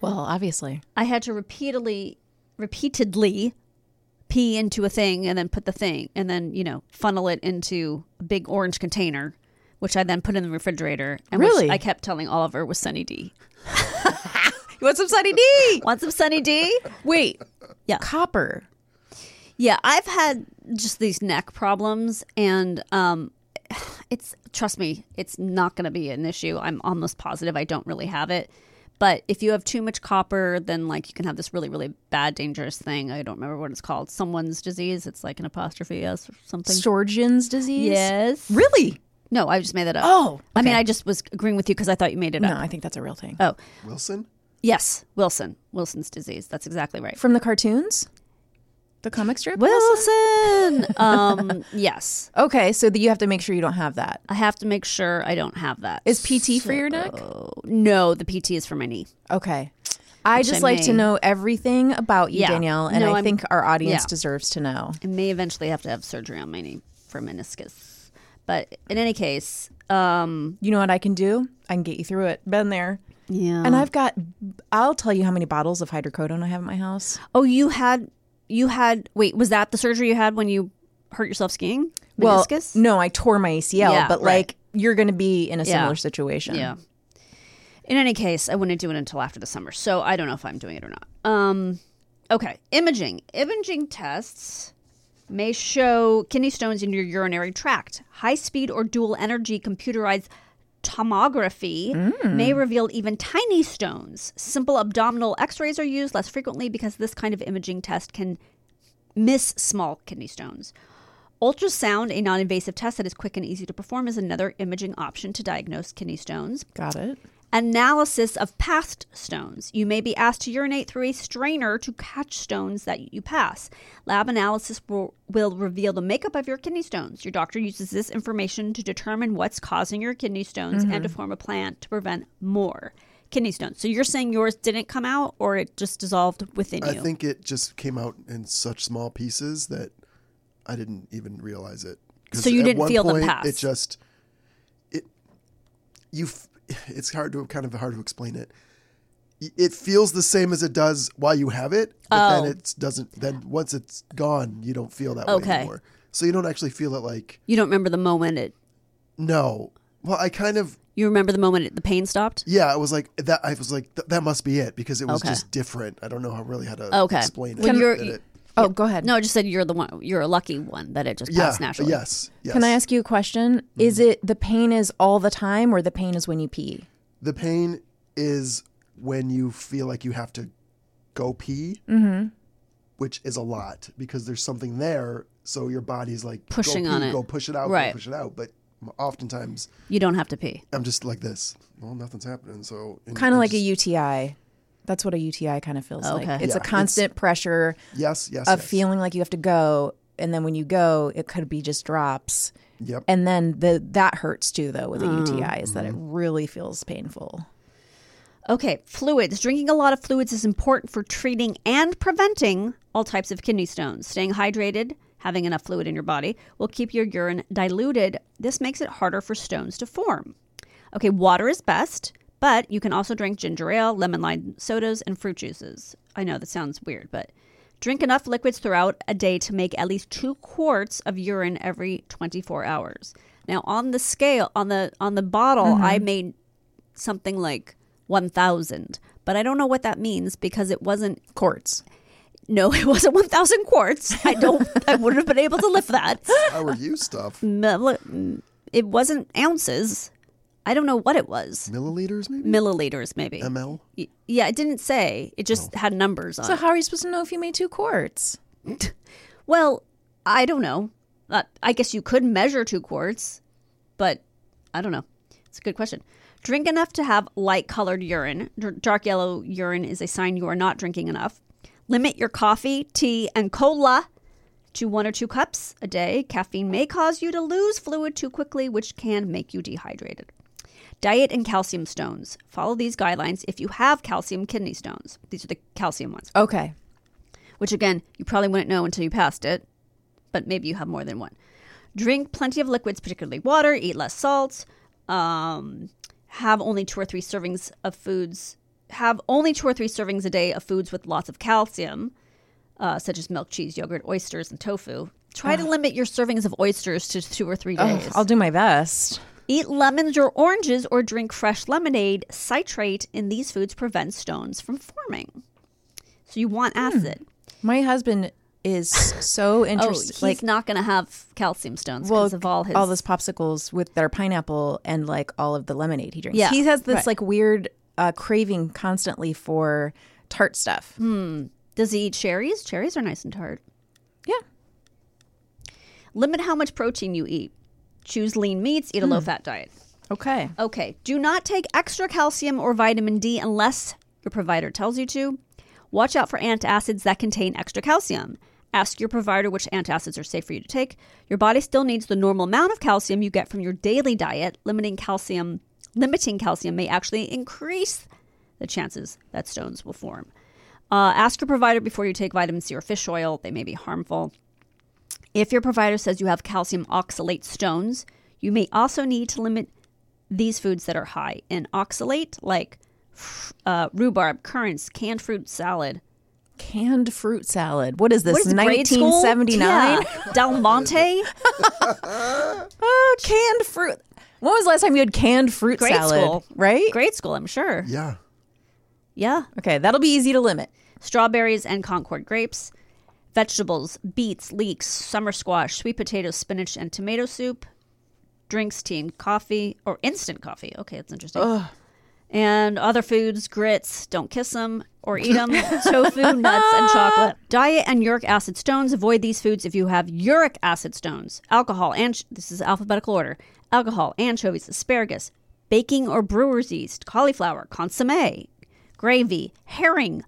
[SPEAKER 2] Well, obviously.
[SPEAKER 1] I had to repeatedly, repeatedly pee into a thing and then put the thing and then, you know, funnel it into a big orange container, which I then put in the refrigerator. And which
[SPEAKER 2] Really?
[SPEAKER 1] I kept telling Oliver was Sunny D.
[SPEAKER 2] You want some Sunny D?
[SPEAKER 1] Want some Sunny D?
[SPEAKER 2] Wait.
[SPEAKER 1] Yeah.
[SPEAKER 2] Copper.
[SPEAKER 1] Yeah, I've had just these neck problems and, um, it's trust me, it's not going to be an issue. I'm almost positive I don't really have it. But if you have too much copper, then like you can have this really, really bad, dangerous thing. I don't remember what it's called. Someone's disease. It's like an apostrophe S or something.
[SPEAKER 2] Sorgen's disease?
[SPEAKER 1] Yes.
[SPEAKER 2] Really?
[SPEAKER 1] No, I just made that up.
[SPEAKER 2] Oh,
[SPEAKER 1] I mean,
[SPEAKER 2] okay.
[SPEAKER 1] I just was agreeing with you because I thought you made it
[SPEAKER 2] No,
[SPEAKER 1] up.
[SPEAKER 2] I think that's a real thing.
[SPEAKER 1] Oh,
[SPEAKER 4] Wilson?
[SPEAKER 1] yes, Wilson. Wilson's disease. That's exactly right.
[SPEAKER 2] From the cartoons? The comic strip?
[SPEAKER 1] Wilson. um, yes,
[SPEAKER 2] Okay, so that you have to make sure you don't have that.
[SPEAKER 1] I have to make sure I don't have that.
[SPEAKER 2] Is PT for your neck?
[SPEAKER 1] no, the PT is for my knee.
[SPEAKER 2] Okay. I just
[SPEAKER 1] I
[SPEAKER 2] like to
[SPEAKER 1] may.
[SPEAKER 2] know everything about you,
[SPEAKER 1] Yeah.
[SPEAKER 2] Danielle, and
[SPEAKER 1] No,
[SPEAKER 2] I
[SPEAKER 1] I'm-
[SPEAKER 2] think our audience
[SPEAKER 1] yeah.
[SPEAKER 2] deserves to know.
[SPEAKER 1] I may eventually have to have surgery on my knee for meniscus. But in any case, um,
[SPEAKER 2] You know what I can do? I can get you through it. Been there.
[SPEAKER 1] yeah.
[SPEAKER 2] And I've got, I'll tell you how many bottles of hydrocodone I have at my house.
[SPEAKER 1] oh, you had you had wait, was that the surgery you had when you hurt yourself skiing? Meniscus?
[SPEAKER 2] Well, no, I tore my ACL,
[SPEAKER 1] Yeah,
[SPEAKER 2] but
[SPEAKER 1] right.
[SPEAKER 2] like you're going to be in a
[SPEAKER 1] Yeah.
[SPEAKER 2] similar situation.
[SPEAKER 1] Yeah. Um, In any case, I wouldn't do it until after the summer, so I don't know if I'm doing it or not. Um, okay, imaging. Imaging tests may show kidney stones in your urinary tract. High speed or dual energy computerized tomography may reveal even tiny stones. Simple abdominal x rays are used less frequently because this kind of imaging test can miss small kidney stones. Ultrasound, a non invasive test that is quick and easy to perform, is another imaging option to diagnose kidney stones.
[SPEAKER 2] Got it.
[SPEAKER 1] Analysis of past stones. You may be asked to urinate through a strainer to catch stones that you pass. Lab analysis will, will reveal the makeup of your kidney stones. Your doctor uses this information to determine what's causing your kidney stones and to
[SPEAKER 4] Mm-hmm.
[SPEAKER 1] form a plan to prevent more kidney stones. So you're saying yours didn't come out or it just dissolved within
[SPEAKER 4] I
[SPEAKER 1] you?
[SPEAKER 4] think it just came out in such small pieces that I didn't even realize it. 'Cause
[SPEAKER 1] So you
[SPEAKER 4] at
[SPEAKER 1] didn't
[SPEAKER 4] one
[SPEAKER 1] feel them
[SPEAKER 4] point,
[SPEAKER 1] pass?
[SPEAKER 4] It just it you f- it's hard to kind of hard to explain it. Y- It feels the same as it does while you have it, but
[SPEAKER 1] Oh.
[SPEAKER 4] then it doesn't. Then once it's gone, you don't feel that way
[SPEAKER 1] Okay.
[SPEAKER 4] anymore. So you don't actually feel it like
[SPEAKER 1] you don't remember the moment it.
[SPEAKER 4] no. Well, I kind of
[SPEAKER 1] You remember the moment it, the pain stopped?
[SPEAKER 4] yeah. I was like that. I was like th- that must be it because it was
[SPEAKER 1] Okay.
[SPEAKER 4] just different. I don't know how really how to
[SPEAKER 1] Okay.
[SPEAKER 4] explain it.
[SPEAKER 1] When you're-
[SPEAKER 4] that it-
[SPEAKER 2] Oh, go ahead.
[SPEAKER 1] No, I just said you're the one. You're a lucky one that it just
[SPEAKER 4] yeah,
[SPEAKER 1] passed naturally.
[SPEAKER 4] Yes, yes.
[SPEAKER 2] Can I ask you a question?
[SPEAKER 1] Mm-hmm.
[SPEAKER 2] Is it the pain is all the time or the pain is when you pee?
[SPEAKER 4] The pain is when you feel like you have to go pee,
[SPEAKER 1] Mm-hmm.
[SPEAKER 4] which is a lot because there's something there. So your body's like go
[SPEAKER 1] Pushing
[SPEAKER 4] pee,
[SPEAKER 1] on it.
[SPEAKER 4] Go push it out.
[SPEAKER 1] Right.
[SPEAKER 4] Go push it out. But oftentimes
[SPEAKER 1] You don't have to pee.
[SPEAKER 4] I'm just like this. Well, nothing's happening. So and-
[SPEAKER 2] Kind
[SPEAKER 4] and
[SPEAKER 2] of like a
[SPEAKER 4] just-
[SPEAKER 2] UTI. That's what a UTI kind of feels
[SPEAKER 1] Okay.
[SPEAKER 2] like. It's
[SPEAKER 4] Yeah,
[SPEAKER 2] a constant pressure
[SPEAKER 4] Yes, yes.
[SPEAKER 2] of
[SPEAKER 4] yes.
[SPEAKER 2] feeling like you have to go, and then when you go, it could be just drops.
[SPEAKER 4] Yep. Mm.
[SPEAKER 2] And then the that hurts too, though, with a UTI is that it
[SPEAKER 4] Mm-hmm.
[SPEAKER 2] really feels painful.
[SPEAKER 1] Okay, fluids. Drinking a lot of fluids is important for treating and preventing all types of kidney stones. Staying hydrated, having enough fluid in your body, will keep your urine diluted. This makes it harder for stones to form. Okay, water is best, but you can also drink ginger ale, lemon lime sodas, and fruit juices. I know that sounds weird, but drink enough liquids throughout a day to make at least two quarts of urine every 24 hours. Now, on the scale, on the on the bottle, I made something like 1,000, but I don't know what that means because it wasn't
[SPEAKER 2] Quartz.
[SPEAKER 1] no, it wasn't 1,000 quarts. I don't, I wouldn't have been able to lift that.
[SPEAKER 4] How are you stuff?
[SPEAKER 1] Mill- It wasn't ounces. I don't know what it was.
[SPEAKER 4] Milliliters, maybe.
[SPEAKER 1] Milliliters, maybe.
[SPEAKER 4] ML.
[SPEAKER 1] Y- Yeah, it didn't say. It just had numbers on
[SPEAKER 2] So
[SPEAKER 1] it.
[SPEAKER 2] how are you supposed to know if you made two quarts?
[SPEAKER 1] Well, I don't know. Uh, I guess you could measure two quarts, but I don't know. It's a good question. Drink enough to have light colored urine. Dr- dark yellow urine is a sign you are not drinking enough. Limit your coffee, tea, and cola to one or two cups a day. Caffeine may cause you to lose fluid too quickly, which can make you dehydrated. Diet and calcium stones. Follow these guidelines if you have calcium kidney stones. These are the calcium ones.
[SPEAKER 2] Okay.
[SPEAKER 1] Which, again, you probably wouldn't know until you passed it, but maybe you have more than one. Drink plenty of liquids, particularly water. Eat less salt. Um, have only two or three servings of foods. Have only two or three servings a day of foods with lots of calcium, uh, such as milk, cheese, yogurt, oysters, and tofu. Try to limit your servings of oysters to two or three
[SPEAKER 2] Oh,
[SPEAKER 1] days.
[SPEAKER 2] I'll do my best.
[SPEAKER 1] Eat lemons or oranges or drink fresh lemonade. Citrate in these foods prevents stones from forming. So you want acid.
[SPEAKER 2] My husband is so
[SPEAKER 1] Oh,
[SPEAKER 2] interested.
[SPEAKER 1] he's
[SPEAKER 2] like,
[SPEAKER 1] not going to have calcium stones because of all his.
[SPEAKER 2] all those popsicles with their pineapple and like all of the lemonade he drinks.
[SPEAKER 1] Yeah,
[SPEAKER 2] he has this
[SPEAKER 1] right.
[SPEAKER 2] like weird uh, craving constantly for tart stuff.
[SPEAKER 1] Does he eat cherries? Cherries are nice and tart.
[SPEAKER 2] Yeah.
[SPEAKER 1] Limit how much protein you eat. Choose lean meats. Eat a low fat diet.
[SPEAKER 2] Okay.
[SPEAKER 1] Okay. Do not take extra calcium or vitamin D unless your provider tells you to. Watch out for antacids that contain extra calcium. Ask your provider which antacids are safe for you to take. Your body still needs the normal amount of calcium you get from your daily diet. Limiting calcium, limiting calcium may actually increase the chances that stones will form. Uh, ask your provider before you take vitamin C or fish oil. They may be harmful. If your provider says you have calcium oxalate stones, you may also need to limit these foods that are high in oxalate, like f- uh, rhubarb, currants, canned fruit salad.
[SPEAKER 2] Canned fruit salad. What is this?
[SPEAKER 1] What is it, grade school?
[SPEAKER 2] 1979?
[SPEAKER 1] Yeah. Del Monte?
[SPEAKER 2] Oh, canned fruit. When was the last time you had canned fruit
[SPEAKER 1] Grade
[SPEAKER 2] salad?
[SPEAKER 1] school.
[SPEAKER 2] Right?
[SPEAKER 1] Grade school, I'm sure.
[SPEAKER 4] Yeah.
[SPEAKER 1] Yeah.
[SPEAKER 2] Okay, that'll be easy to limit.
[SPEAKER 1] Strawberries and Concord grapes. Vegetables, beets, leeks, summer squash, sweet potatoes, spinach, and tomato soup. Drinks, tea, and coffee, or instant coffee. Okay, that's interesting. and other foods, grits, don't kiss them or eat them, tofu, nuts, and chocolate. Diet and uric acid stones. Avoid these foods if you have uric acid stones. Alcohol, and this is alphabetical order. Alcohol, anchovies, asparagus, baking or brewer's yeast, cauliflower, consommé, gravy, herring,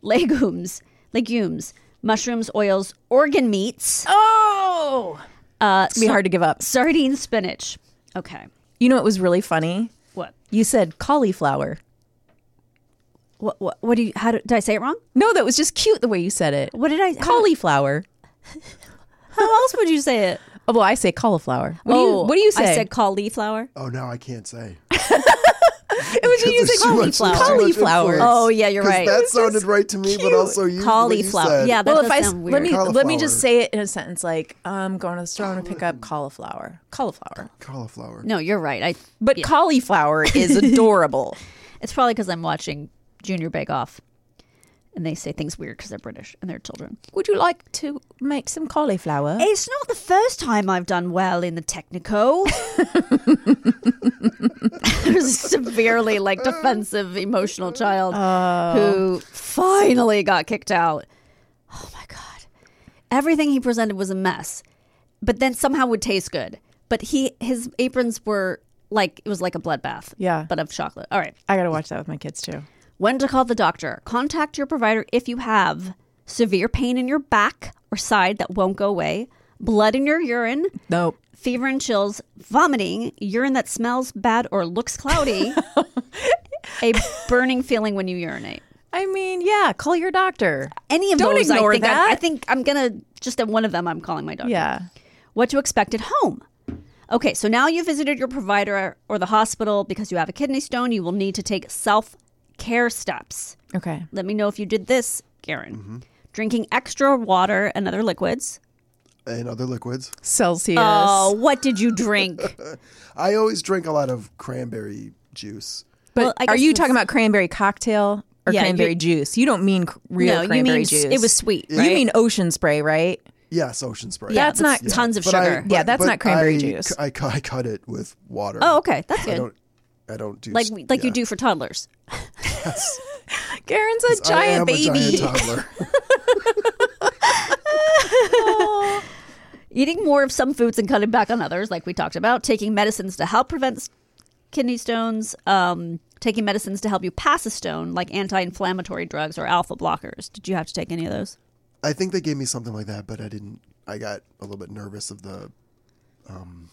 [SPEAKER 1] legumes, legumes, mushrooms, oils, organ meats,
[SPEAKER 2] Oh!
[SPEAKER 1] uh,
[SPEAKER 2] It's gonna be hard to give up.
[SPEAKER 1] sardine spinach. Okay.
[SPEAKER 2] You know what was really funny?
[SPEAKER 1] What?
[SPEAKER 2] You said cauliflower.
[SPEAKER 1] What, what, what do you, how do, did I say it wrong?
[SPEAKER 2] No, that was just cute the way you said it.
[SPEAKER 1] What did I, how,
[SPEAKER 2] Cauliflower.
[SPEAKER 1] how else would you say it?
[SPEAKER 2] Oh, well, I say cauliflower. What, do, you, what do you say?
[SPEAKER 1] Oh, I said cauliflower.
[SPEAKER 4] Oh, now I can't say.
[SPEAKER 2] it was you said
[SPEAKER 4] There's too much-
[SPEAKER 2] cauliflower.
[SPEAKER 4] too much
[SPEAKER 2] Cauliflower.
[SPEAKER 4] influence.
[SPEAKER 1] Oh, yeah, you're
[SPEAKER 4] 'Cause
[SPEAKER 1] right.
[SPEAKER 4] That
[SPEAKER 1] It's
[SPEAKER 4] sounded right to me, but also you. what you
[SPEAKER 1] Cauliflower.
[SPEAKER 4] said.
[SPEAKER 1] Yeah, that
[SPEAKER 2] well,
[SPEAKER 1] does
[SPEAKER 2] if I s-
[SPEAKER 1] sound weird.
[SPEAKER 2] let me let me
[SPEAKER 4] Cauliflower.
[SPEAKER 2] just say it in a sentence like I'm going to the store and pick up cauliflower. Cauliflower.
[SPEAKER 4] Cauliflower.
[SPEAKER 1] no, you're right. I
[SPEAKER 2] But cauliflower is adorable.
[SPEAKER 1] it's probably because I'm watching Junior Bake Off, and they say things weird because they're British and they're children.
[SPEAKER 2] Would you like to make some cauliflower?
[SPEAKER 1] It's not the first time I've done well in the Technico. There's a severely like defensive, emotional child who finally got kicked out. Oh my god! Everything he presented was a mess, but then somehow would taste good. But he his aprons were like it was like a bloodbath.
[SPEAKER 2] Yeah.
[SPEAKER 1] but of chocolate. All right.
[SPEAKER 2] I got to watch that with my kids too.
[SPEAKER 1] When to call the doctor. Contact your provider if you have severe pain in your back or side that won't go away, blood in your urine,
[SPEAKER 2] Nope.
[SPEAKER 1] fever and chills, vomiting, urine that smells bad or looks cloudy, a burning feeling when you urinate.
[SPEAKER 2] I mean, yeah, call your doctor.
[SPEAKER 1] Any of
[SPEAKER 2] Don't
[SPEAKER 1] those,
[SPEAKER 2] ignore
[SPEAKER 1] I think
[SPEAKER 2] that.
[SPEAKER 1] I, I think I'm gonna just at one of them. I'm calling my doctor.
[SPEAKER 2] Yeah.
[SPEAKER 1] What to expect at home. Okay, so now you visited your provider or the hospital because you have a kidney stone. You will need to take self care steps.
[SPEAKER 2] Okay.
[SPEAKER 1] Let me know if you did this, Karen.
[SPEAKER 4] Mm-hmm.
[SPEAKER 1] Drinking extra water and other liquids.
[SPEAKER 4] And other liquids.
[SPEAKER 2] Celsius.
[SPEAKER 1] Oh, what did you drink?
[SPEAKER 4] I always drink a lot of cranberry juice.
[SPEAKER 2] but
[SPEAKER 1] well, I
[SPEAKER 2] are
[SPEAKER 1] guess
[SPEAKER 2] you
[SPEAKER 1] it's-
[SPEAKER 2] talking about cranberry cocktail or
[SPEAKER 1] Yeah,
[SPEAKER 2] cranberry
[SPEAKER 1] you-
[SPEAKER 2] juice? You don't mean cr- real
[SPEAKER 1] no, you
[SPEAKER 2] cranberry
[SPEAKER 1] mean s-
[SPEAKER 2] juice.
[SPEAKER 1] it was sweet,
[SPEAKER 2] You
[SPEAKER 1] right?
[SPEAKER 2] mean ocean spray, right?
[SPEAKER 4] Yes, ocean spray.
[SPEAKER 1] Yeah,
[SPEAKER 2] That's not-
[SPEAKER 1] with tons of
[SPEAKER 4] But I-
[SPEAKER 1] sugar.
[SPEAKER 4] but-
[SPEAKER 2] Yeah, that's
[SPEAKER 4] but
[SPEAKER 2] not cranberry
[SPEAKER 4] I-
[SPEAKER 2] juice.
[SPEAKER 4] I, cu- I cut it with water.
[SPEAKER 1] oh, okay, that's
[SPEAKER 4] I
[SPEAKER 1] good.
[SPEAKER 4] don't. I don't do
[SPEAKER 1] Like
[SPEAKER 4] s-
[SPEAKER 1] like you
[SPEAKER 4] yeah.
[SPEAKER 1] do for toddlers.
[SPEAKER 2] Karen's a
[SPEAKER 4] I am
[SPEAKER 2] giant
[SPEAKER 4] a giant
[SPEAKER 2] baby.
[SPEAKER 4] toddler.
[SPEAKER 1] Eating more of some foods and cutting back on others, like we talked about. Taking medicines to help prevent s- kidney stones, um, taking medicines to help you pass a stone, like anti inflammatory drugs or alpha blockers. Did you have to take any of those?
[SPEAKER 4] I think they gave me something like that, but I didn't. I got a little bit nervous of the. Um,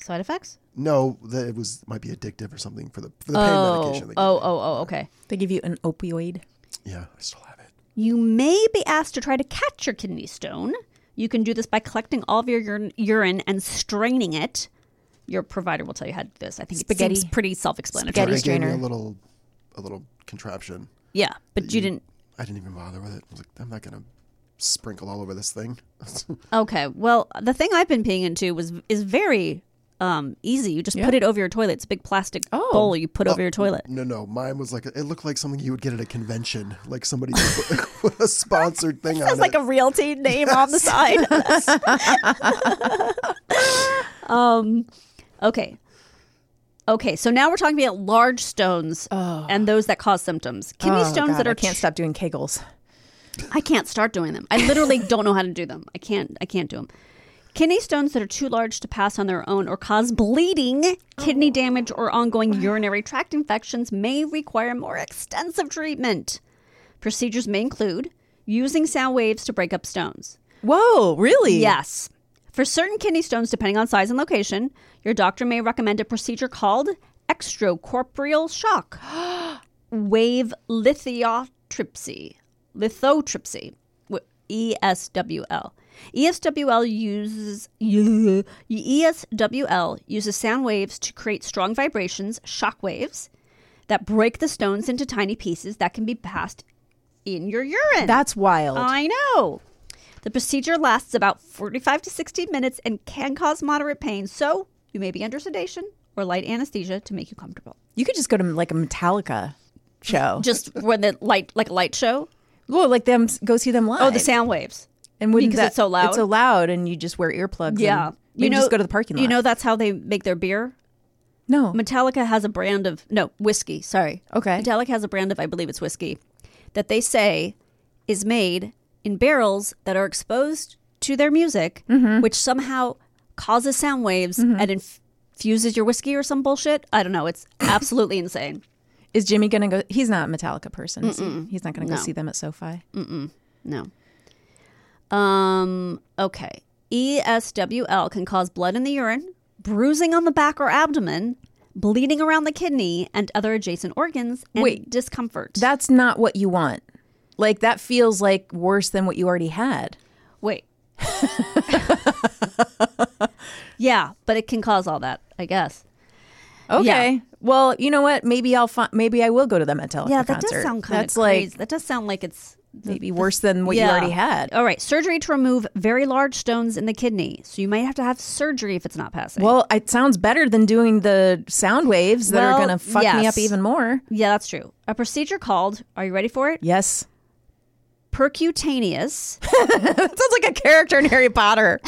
[SPEAKER 1] Side effects?
[SPEAKER 4] no, that it was might be addictive or something for the for the pain
[SPEAKER 1] oh,
[SPEAKER 4] medication. They gave
[SPEAKER 1] oh,
[SPEAKER 4] me.
[SPEAKER 1] oh, oh, okay.
[SPEAKER 2] They give you an opioid.
[SPEAKER 4] Yeah, I still have it.
[SPEAKER 1] You may be asked to try to catch your kidney stone. You can do this by collecting all of your urine, urine and straining it. Your provider will tell you how to do this. I think
[SPEAKER 2] Spaghetti.
[SPEAKER 1] it seems pretty self-explanatory.
[SPEAKER 2] Spaghetti
[SPEAKER 4] they gave me a
[SPEAKER 2] strainer.
[SPEAKER 4] little, a little contraption.
[SPEAKER 1] Yeah, but you didn't.
[SPEAKER 4] I didn't even bother with it. I was like, I'm not gonna sprinkle all over this thing.
[SPEAKER 1] Okay. Well, the thing I've been peeing into was is very um, easy. You just
[SPEAKER 2] Yeah. Oh.
[SPEAKER 1] put it over your toilet. It's a big plastic bowl you put over your toilet.
[SPEAKER 4] No, no, mine was like it looked like something you would get at a convention, like somebody put, put a sponsored thing on
[SPEAKER 1] That's like
[SPEAKER 4] it.
[SPEAKER 1] a realty name on the side. um, okay. Okay, so now we're talking about large stones and those that cause symptoms. Kidney
[SPEAKER 2] Oh,
[SPEAKER 1] stones
[SPEAKER 2] God,
[SPEAKER 1] that are
[SPEAKER 2] I can't stop doing kegels.
[SPEAKER 1] I can't start doing them. I literally don't know how to do them. I can't. I can't do them. Kidney stones that are too large to pass on their own or cause bleeding, kidney damage, or ongoing urinary tract infections may require more extensive treatment. Procedures may include using sound waves to break up stones.
[SPEAKER 2] Whoa, really?
[SPEAKER 1] Yes. For certain kidney stones, depending on size and location, your doctor may recommend a procedure called extracorporeal shock, wave lithotripsy, lithotripsy, w- E ESWL. ESWL uses E yeah, ESWL uses sound waves to create strong vibrations, shock waves, that break the stones into tiny pieces that can be passed in your urine.
[SPEAKER 2] That's wild.
[SPEAKER 1] I know. The procedure lasts about 45 to 60 minutes and can cause moderate pain, so you may be under sedation or light anesthesia to make you comfortable.
[SPEAKER 2] you could just go to like a Metallica show.
[SPEAKER 1] Just when the light, like a light show.
[SPEAKER 2] well, like them go see them live.
[SPEAKER 1] Oh, the sound waves.
[SPEAKER 2] and wouldn't
[SPEAKER 1] because
[SPEAKER 2] that-
[SPEAKER 1] it's so loud.
[SPEAKER 2] It's so loud, and you just wear earplugs.
[SPEAKER 1] Yeah,
[SPEAKER 2] and maybe just go to the parking lot.
[SPEAKER 1] You know that's how they make their beer.
[SPEAKER 2] no,
[SPEAKER 1] Metallica has a brand of no whiskey. Sorry.
[SPEAKER 2] Okay.
[SPEAKER 1] Metallica has a brand of I believe it's whiskey that they say is made in barrels that are exposed to their music,
[SPEAKER 2] Mm-hmm.
[SPEAKER 1] which somehow causes sound waves and inf- infuses your whiskey or some bullshit. I don't know. It's absolutely insane.
[SPEAKER 2] is Jimmy gonna go? He's not a Metallica person. is he? He's not gonna go
[SPEAKER 1] No. Mm.
[SPEAKER 2] see them at SoFi.
[SPEAKER 1] No. Um. Okay. E ESWL can cause blood in the urine, bruising on the back or abdomen, bleeding around the kidney and other adjacent organs, and
[SPEAKER 2] Wait.
[SPEAKER 1] discomfort.
[SPEAKER 2] That's not what you want. Like that feels like worse than what you already had.
[SPEAKER 1] Wait. yeah, but it can cause all that, I guess.
[SPEAKER 2] Okay. Well, you know what? Maybe I'll find. Maybe I will go to the Metallica
[SPEAKER 1] yeah, that
[SPEAKER 2] concert.
[SPEAKER 1] does sound kind
[SPEAKER 2] That's
[SPEAKER 1] of crazy.
[SPEAKER 2] like
[SPEAKER 1] that does sound like it's
[SPEAKER 2] maybe worse than what you already had.
[SPEAKER 1] All right, surgery to remove very large stones in the kidney. So you might have to have surgery if it's not passing.
[SPEAKER 2] Well, it sounds better than doing the sound waves that
[SPEAKER 1] Well,
[SPEAKER 2] are going to fuck me
[SPEAKER 1] yes.
[SPEAKER 2] up even more.
[SPEAKER 1] yeah, that's true. A procedure called, are you ready for it?
[SPEAKER 2] Yes.
[SPEAKER 1] Percutaneous
[SPEAKER 2] That sounds like a character in Harry Potter.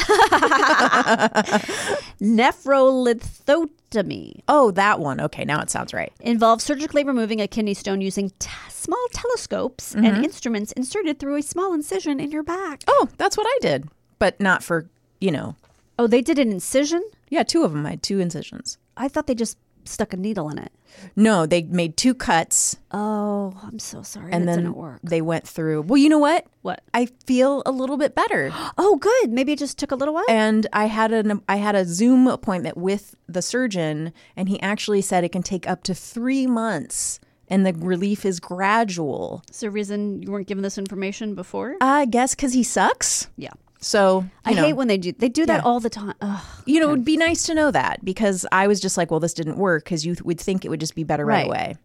[SPEAKER 1] nephrolithotomy.
[SPEAKER 2] oh, that one. Okay, now it sounds right.
[SPEAKER 1] involves surgically removing a kidney stone using t- small telescopes and
[SPEAKER 2] Mm-hmm.
[SPEAKER 1] instruments inserted through a small incision in your back.
[SPEAKER 2] Oh, that's what I did, but not for, you know,
[SPEAKER 1] Oh, they did an incision?
[SPEAKER 2] yeah, two of them. I had two incisions.
[SPEAKER 1] I thought they just stuck a needle in it.
[SPEAKER 2] No, they made two cuts
[SPEAKER 1] Oh, I'm so sorry.
[SPEAKER 2] and
[SPEAKER 1] that
[SPEAKER 2] then
[SPEAKER 1] didn't work.
[SPEAKER 2] they went through. Well, you know what?
[SPEAKER 1] What?
[SPEAKER 2] I feel a little bit better.
[SPEAKER 1] Oh, good. Maybe it just took a little while.
[SPEAKER 2] and I had an I had a Zoom appointment with the surgeon, and he actually said it can take up to three months, and the relief is gradual.
[SPEAKER 1] Is there a reason you weren't given this information before?
[SPEAKER 2] I guess because he sucks.
[SPEAKER 1] yeah.
[SPEAKER 2] So
[SPEAKER 1] I
[SPEAKER 2] Uh, you know,
[SPEAKER 1] hate when they do. They do that
[SPEAKER 2] Yeah.
[SPEAKER 1] all the time. Ugh.
[SPEAKER 2] you know it would be nice to know that because I was just like, well, this didn't work because you th- would think it would just be better right,
[SPEAKER 1] Right.
[SPEAKER 2] away.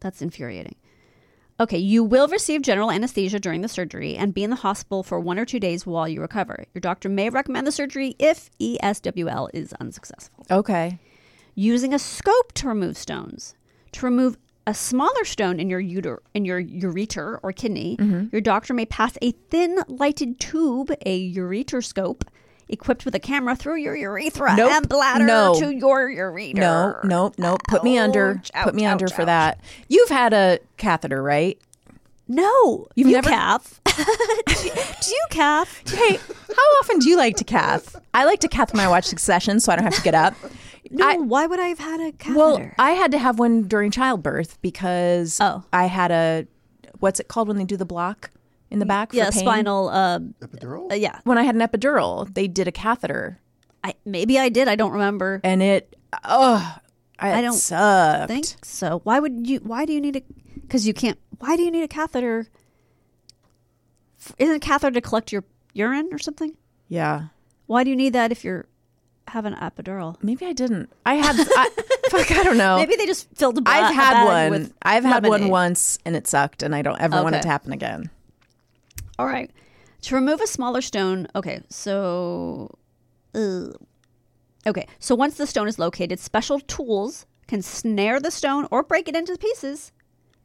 [SPEAKER 1] That's infuriating. Okay, you will receive general anesthesia during the surgery and be in the hospital for one or two days while you recover. Your doctor may recommend the surgery if E ESWL is unsuccessful.
[SPEAKER 2] Okay.
[SPEAKER 1] Using a scope to remove stones. To remove a smaller stone in your uter- in your ureter or kidney,
[SPEAKER 2] Mm-hmm.
[SPEAKER 1] your doctor may pass a thin lighted tube, a ureteroscope, equipped with a camera through your urethra
[SPEAKER 2] Nope.
[SPEAKER 1] and bladder
[SPEAKER 2] No.
[SPEAKER 1] to your ureter.
[SPEAKER 2] No, no, no. Put me under.
[SPEAKER 1] Ouch,
[SPEAKER 2] Put me
[SPEAKER 1] ouch,
[SPEAKER 2] under
[SPEAKER 1] ouch,
[SPEAKER 2] for
[SPEAKER 1] ouch.
[SPEAKER 2] that. You've had a catheter, right?
[SPEAKER 1] No,
[SPEAKER 2] You've
[SPEAKER 1] you
[SPEAKER 2] never-
[SPEAKER 1] calf. do you calf?
[SPEAKER 2] Hey, how often do you like to cath? I like to cath when I watch Succession, so I don't have to get up.
[SPEAKER 1] No, why would I have had a catheter?
[SPEAKER 2] Well, I had to have one during childbirth because
[SPEAKER 1] Oh.
[SPEAKER 2] I had a what's it called when they do the block in the back?
[SPEAKER 1] yeah,
[SPEAKER 2] for pain?
[SPEAKER 1] spinal. Uh,
[SPEAKER 4] epidural.
[SPEAKER 1] uh, yeah,
[SPEAKER 2] When I had an epidural, they did a catheter,
[SPEAKER 1] I, maybe I did. I don't remember.
[SPEAKER 2] and it oh, I
[SPEAKER 1] I don't
[SPEAKER 2] sucked.
[SPEAKER 1] think so. Why would you? Why do you need a? Because you can't. Why do you need a catheter? F- Isn't a catheter to collect your urine or something?
[SPEAKER 2] Yeah,
[SPEAKER 1] Why do you need that if you're have an epidural?
[SPEAKER 2] maybe I didn't. I had I, fuck. I don't know.
[SPEAKER 1] Maybe they just filled a ba-
[SPEAKER 2] I've
[SPEAKER 1] a
[SPEAKER 2] had
[SPEAKER 1] bag
[SPEAKER 2] one.
[SPEAKER 1] with
[SPEAKER 2] I've had one
[SPEAKER 1] lemonade.
[SPEAKER 2] once, and it sucked, and I don't ever want it
[SPEAKER 1] Okay.
[SPEAKER 2] to happen again.
[SPEAKER 1] All right. To remove a smaller stone, okay, so. Ugh. Okay, so once the stone is located, special tools can snare the stone or break it into pieces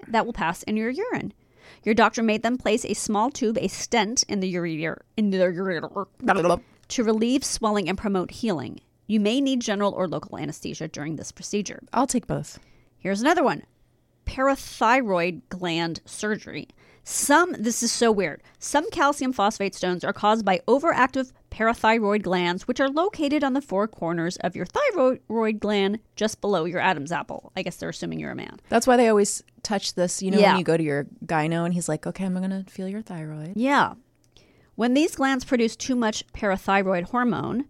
[SPEAKER 1] that will pass in your urine. Your doctor made them place a small tube, a stent, in the ureter, in the ureter to relieve swelling and promote healing. You may need general or local anesthesia during this procedure.
[SPEAKER 2] I'll take both.
[SPEAKER 1] Here's another one parathyroid gland surgery. Some, this is so weird, some calcium phosphate stones are caused by overactive parathyroid glands, which are located on the four corners of your thyroid gland just below your Adam's apple. I guess they're assuming you're a man.
[SPEAKER 2] That's why they always touch this. You know,
[SPEAKER 1] Yeah.
[SPEAKER 2] when you go to your gyno, and he's like, "Okay, I'm gonna feel your thyroid."
[SPEAKER 1] Yeah. When these glands produce too much parathyroid hormone,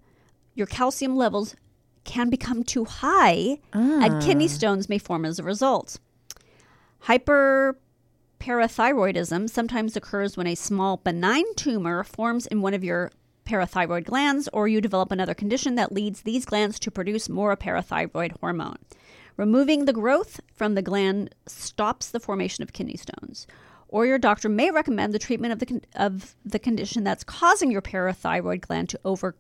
[SPEAKER 1] your calcium levels can become too high and kidney stones may form as a result. Hyperparathyroidism sometimes occurs when a small benign tumor forms in one of your parathyroid glands or you develop another condition that leads these glands to produce more parathyroid hormone. Removing the growth from the gland stops the formation of kidney stones. Or your doctor may recommend the treatment of the con- of the condition that's causing your parathyroid gland to over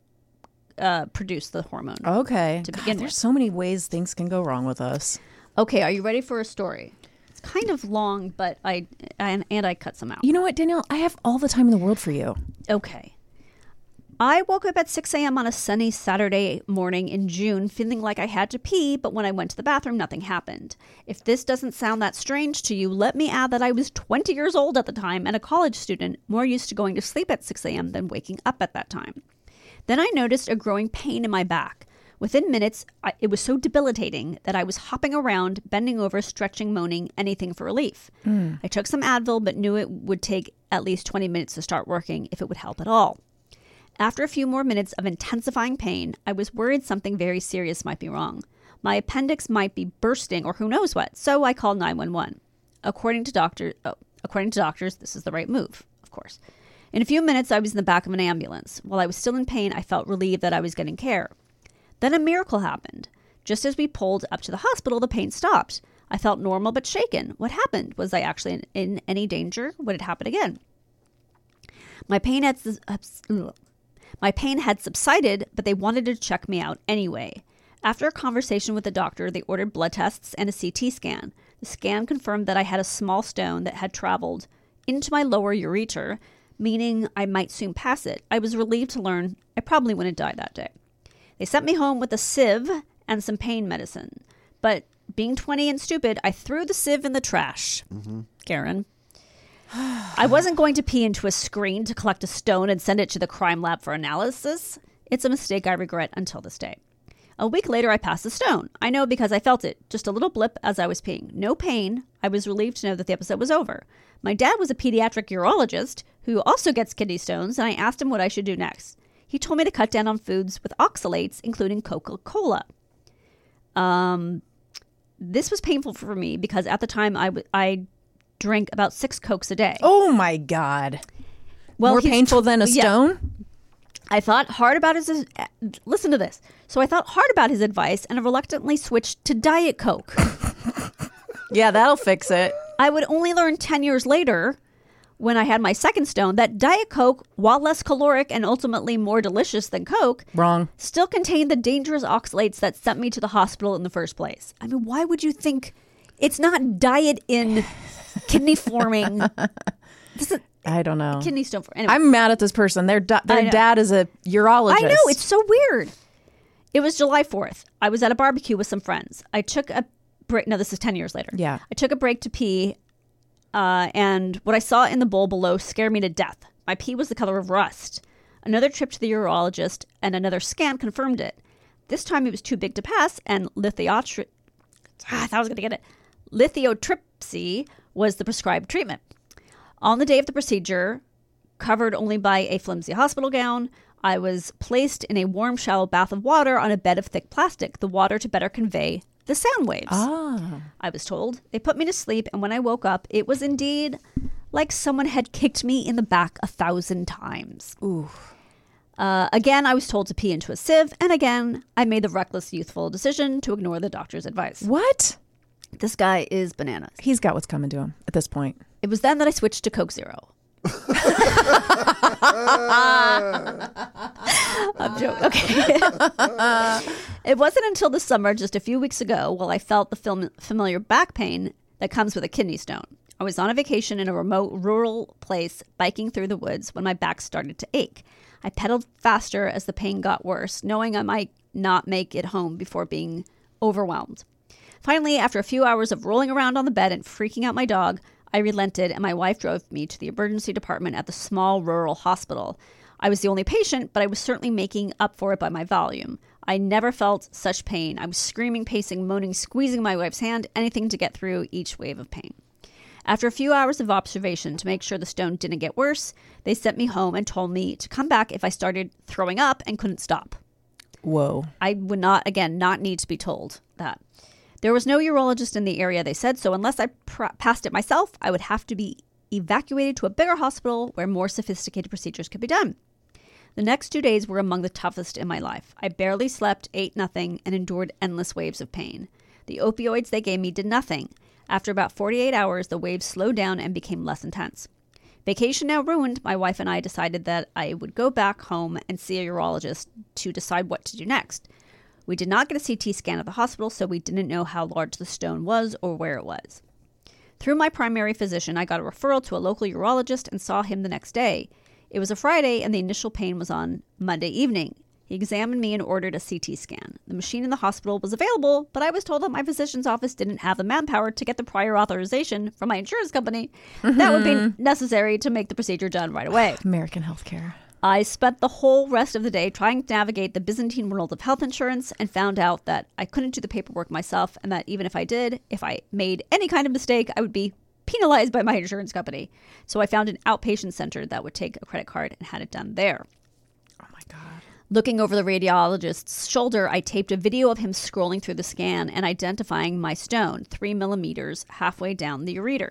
[SPEAKER 1] uh, produce the hormone.
[SPEAKER 2] Okay.
[SPEAKER 1] To
[SPEAKER 2] God,
[SPEAKER 1] begin
[SPEAKER 2] there's
[SPEAKER 1] with.
[SPEAKER 2] so many ways things can go wrong with us.
[SPEAKER 1] Okay, are you ready for a story? It's kind of long, but I and, and I cut some out.
[SPEAKER 2] You know what, Danielle? I have all the time in the world for you.
[SPEAKER 1] Okay. I woke up at 6 a.m. on a sunny Saturday morning in June feeling like I had to pee, but when I went to the bathroom, nothing happened. If this doesn't sound that strange to you, let me add that I was 20 years old at the time and a college student, more used to going to sleep at 6 a.m. than waking up at that time. Then I noticed a growing pain in my back. Within minutes, I, it was so debilitating that I was hopping around, bending over, stretching, moaning, anything for relief. I took some Advil, but knew it would take at least 20 minutes to start working if it would help at all. After a few more minutes of intensifying pain, I was worried something very serious might be wrong. My appendix might be bursting or who knows what, so I called 911. According to doctor, oh, according to doctors, this is the right move, of course. In a few minutes, I was in the back of an ambulance. While I was still in pain, I felt relieved that I was getting care. Then a miracle happened. Just as we pulled up to the hospital, the pain stopped. I felt normal but shaken. What happened? Was I actually in, in any danger? Would it happen again? My pain had sus- ups- ugh. my pain had subsided, but they wanted to check me out anyway. After a conversation with the doctor, they ordered blood tests and a CT scan. The scan confirmed that I had a small stone that had traveled into my lower ureter, meaning I might soon pass it. I was relieved to learn I probably wouldn't die that day. They sent me home with a sieve and some pain medicine. But being 20 and stupid, I threw the sieve in the trash. Karen. I wasn't going to pee into a screen to collect a stone and send it to the crime lab for analysis. It's a mistake I regret until this day. A week later, I passed the stone. I know because I felt it, just a little blip as I was peeing. No pain. I was relieved to know that the episode was over. My dad was a pediatric urologist who also gets kidney stones, and I asked him what I should do next. He told me to cut down on foods with oxalates, including Coca Cola. Um, this was painful for me because at the time I, w- I drank about six Cokes a day.
[SPEAKER 2] Oh my God.
[SPEAKER 1] Well,
[SPEAKER 2] More
[SPEAKER 1] he's-
[SPEAKER 2] painful than a
[SPEAKER 1] yeah.
[SPEAKER 2] stone?
[SPEAKER 1] I thought hard about his. Listen to this. So I thought hard about his advice and reluctantly switched to Diet Coke.
[SPEAKER 2] Yeah, that'll fix it.
[SPEAKER 1] I would only learn 10 years later when I had my second stone that Diet Coke, while less caloric and ultimately more delicious than Coke,
[SPEAKER 2] Wrong.
[SPEAKER 1] still contained the dangerous oxalates that sent me to the hospital in the first place. I mean, why would you think it's not diet in kidney forming? this is
[SPEAKER 2] I don't know.
[SPEAKER 1] kidney stone. For, anyway.
[SPEAKER 2] I'm mad at this person. Their, da-
[SPEAKER 1] I
[SPEAKER 2] their
[SPEAKER 1] know.
[SPEAKER 2] dad is a urologist.
[SPEAKER 1] I know, it's so weird. It was July 4th. I was at a barbecue with some friends. I took a break. No, this is 10 years later.
[SPEAKER 2] Yeah.
[SPEAKER 1] I took a break to pee, uh, and what I saw in the bowl below scared me to death. My pee was the color of rust. Another trip to the urologist and another scan confirmed it. This time it was too big to pass, and lithiotri- ah, I thought I was going to get it. Lithotripsy was the prescribed treatment. On the day of the procedure, covered only by a flimsy hospital gown, I was placed in a warm, shallow bath of water on a bed of thick plastic, the water to better convey the sound waves.
[SPEAKER 2] Ah.
[SPEAKER 1] I was told. They put me to sleep, and when I woke up, it was indeed like someone had kicked me in the back a thousand times.
[SPEAKER 2] Ooh.
[SPEAKER 1] Uh, again, I was told to pee into a sieve, and again, I made the reckless, youthful decision to ignore the doctor's advice.
[SPEAKER 2] What?
[SPEAKER 1] This guy is bananas.
[SPEAKER 2] He's got what's coming to him at this point.
[SPEAKER 1] It was then that I switched to Coke Zero. I'm joking. Okay. it wasn't until this summer, just a few weeks ago, while I felt the film- familiar back pain that comes with a kidney stone. I was on a vacation in a remote rural place, biking through the woods, when my back started to ache. I pedaled faster as the pain got worse, knowing I might not make it home before being overwhelmed. Finally, after a few hours of rolling around on the bed and freaking out my dog, I relented and my wife drove me to the emergency department at the small rural hospital. I was the only patient, but I was certainly making up for it by my volume. I never felt such pain. I was screaming, pacing, moaning, squeezing my wife's hand, anything to get through each wave of pain. After a few hours of observation to make sure the stone didn't get worse, they sent me home and told me to come back if I started throwing up and couldn't stop.
[SPEAKER 2] Whoa.
[SPEAKER 1] I would not, again, not need to be told that. There was no urologist in the area, they said, so unless I pr- passed it myself, I would have to be evacuated to a bigger hospital where more sophisticated procedures could be done. The next two days were among the toughest in my life. I barely slept, ate nothing, and endured endless waves of pain. The opioids they gave me did nothing. After about 48 hours, the waves slowed down and became less intense. Vacation now ruined, my wife and I decided that I would go back home and see a urologist to decide what to do next. We did not get a CT scan of the hospital, so we didn't know how large the stone was or where it was. Through my primary physician, I got a referral to a local urologist and saw him the next day. It was a Friday, and the initial pain was on Monday evening. He examined me and ordered a CT scan. The machine in the hospital was available, but I was told that my physician's office didn't have the manpower to get the prior authorization from my insurance company that would be necessary to make the procedure done right away.
[SPEAKER 2] American healthcare.
[SPEAKER 1] I spent the whole rest of the day trying to navigate the Byzantine world of health insurance and found out that I couldn't do the paperwork myself and that even if I did, if I made any kind of mistake, I would be penalized by my insurance company. So I found an outpatient center that would take a credit card and had it done there.
[SPEAKER 2] Oh my God.
[SPEAKER 1] Looking over the radiologist's shoulder, I taped a video of him scrolling through the scan and identifying my stone, three millimeters, halfway down the ureter.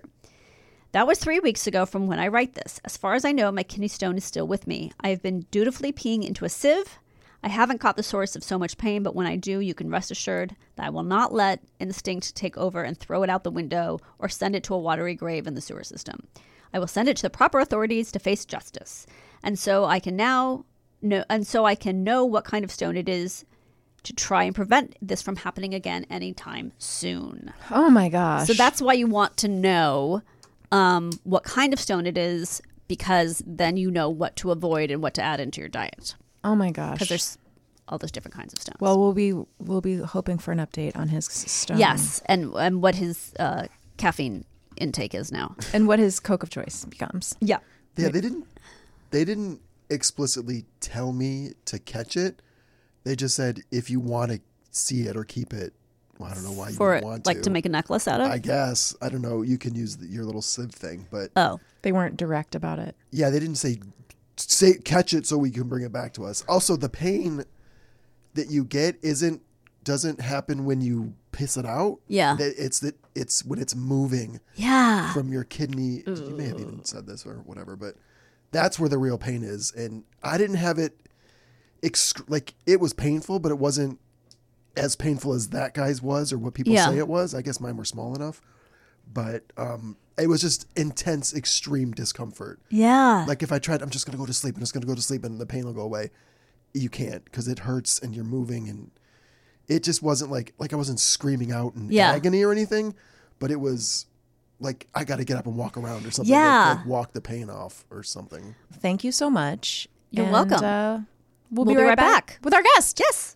[SPEAKER 1] That was three weeks ago from when I write this. As far as I know, my kidney stone is still with me. I have been dutifully peeing into a sieve. I haven't caught the source of so much pain, but when I do, you can rest assured that I will not let instinct take over and throw it out the window or send it to a watery grave in the sewer system. I will send it to the proper authorities to face justice. And so I can now know and so I can know what kind of stone it is to try and prevent this from happening again anytime soon.
[SPEAKER 2] Oh my gosh.
[SPEAKER 1] So that's why you want to know um, what kind of stone it is, because then you know what to avoid and what to add into your diet.
[SPEAKER 2] Oh my gosh.
[SPEAKER 1] Because there's all those different kinds of stones.
[SPEAKER 2] Well, we'll be we'll be hoping for an update on his s- stone.
[SPEAKER 1] yes, and and what his uh, caffeine intake is now.
[SPEAKER 2] And what his coke of choice becomes.
[SPEAKER 1] Yeah.
[SPEAKER 4] Yeah, they didn't. They didn't explicitly tell me to catch it. They just said if you want to see it or keep it. Well, I don't know why
[SPEAKER 1] For
[SPEAKER 4] you
[SPEAKER 1] it,
[SPEAKER 4] would want
[SPEAKER 1] like to make a necklace out of.
[SPEAKER 4] I guess I don't know. You can use the, your little sieve thing, but
[SPEAKER 1] oh,
[SPEAKER 2] They weren't direct about it.
[SPEAKER 4] yeah, they didn't say say catch it so we can bring it back to us. Also, the pain that you get isn't doesn't happen when you piss it out.
[SPEAKER 1] Yeah.
[SPEAKER 4] That- it's that it's when it's moving
[SPEAKER 1] yeah.
[SPEAKER 4] from your kidney. You may have even said this or whatever, but that's where the real pain is. And I didn't have it. Exc- like it was painful, but it wasn't as painful as that guy's was, or what people
[SPEAKER 1] Yeah.
[SPEAKER 4] say it was. I guess mine were small enough, but um, it was just intense, extreme discomfort.
[SPEAKER 1] Yeah.
[SPEAKER 4] Like if I tried, I'm just gonna go to sleep. I'm just gonna go to sleep, and the pain will go away. You can't because it hurts and you're moving, and it just wasn't like like I wasn't screaming out in
[SPEAKER 1] Yeah.
[SPEAKER 4] agony or anything, but it was like I got to get up and walk around or something. to,
[SPEAKER 1] Yeah.
[SPEAKER 4] like, walk the pain off or something.
[SPEAKER 2] Thank you so much.
[SPEAKER 1] You're
[SPEAKER 2] And,
[SPEAKER 1] welcome.
[SPEAKER 2] Uh, we'll,
[SPEAKER 1] We'll be right back.
[SPEAKER 2] with our guest.
[SPEAKER 1] yes.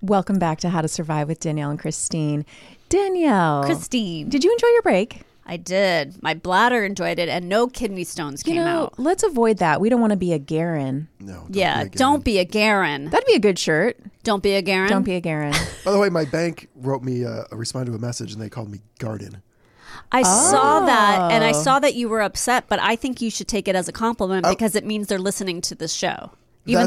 [SPEAKER 2] Welcome back to How to Survive with Danielle and Christine.
[SPEAKER 1] Oh.
[SPEAKER 2] Danielle.
[SPEAKER 1] Christine.
[SPEAKER 2] Did you enjoy your break?
[SPEAKER 1] I did. My bladder enjoyed it, and no kidney stones
[SPEAKER 2] You
[SPEAKER 1] came
[SPEAKER 2] know,
[SPEAKER 1] out.
[SPEAKER 2] let's avoid that. We don't want to be a Garin.
[SPEAKER 4] No.
[SPEAKER 1] yeah, don't be a Garen.
[SPEAKER 2] That'd be a good shirt.
[SPEAKER 1] Don't be a Garen.
[SPEAKER 2] Don't be a Garin.
[SPEAKER 4] By the way, my bank wrote me uh, responded to a message and they called me garden.
[SPEAKER 1] I saw that, and I
[SPEAKER 4] Oh.
[SPEAKER 1] saw that you were upset, but I think you should take it as a compliment because it means they're listening to this show, even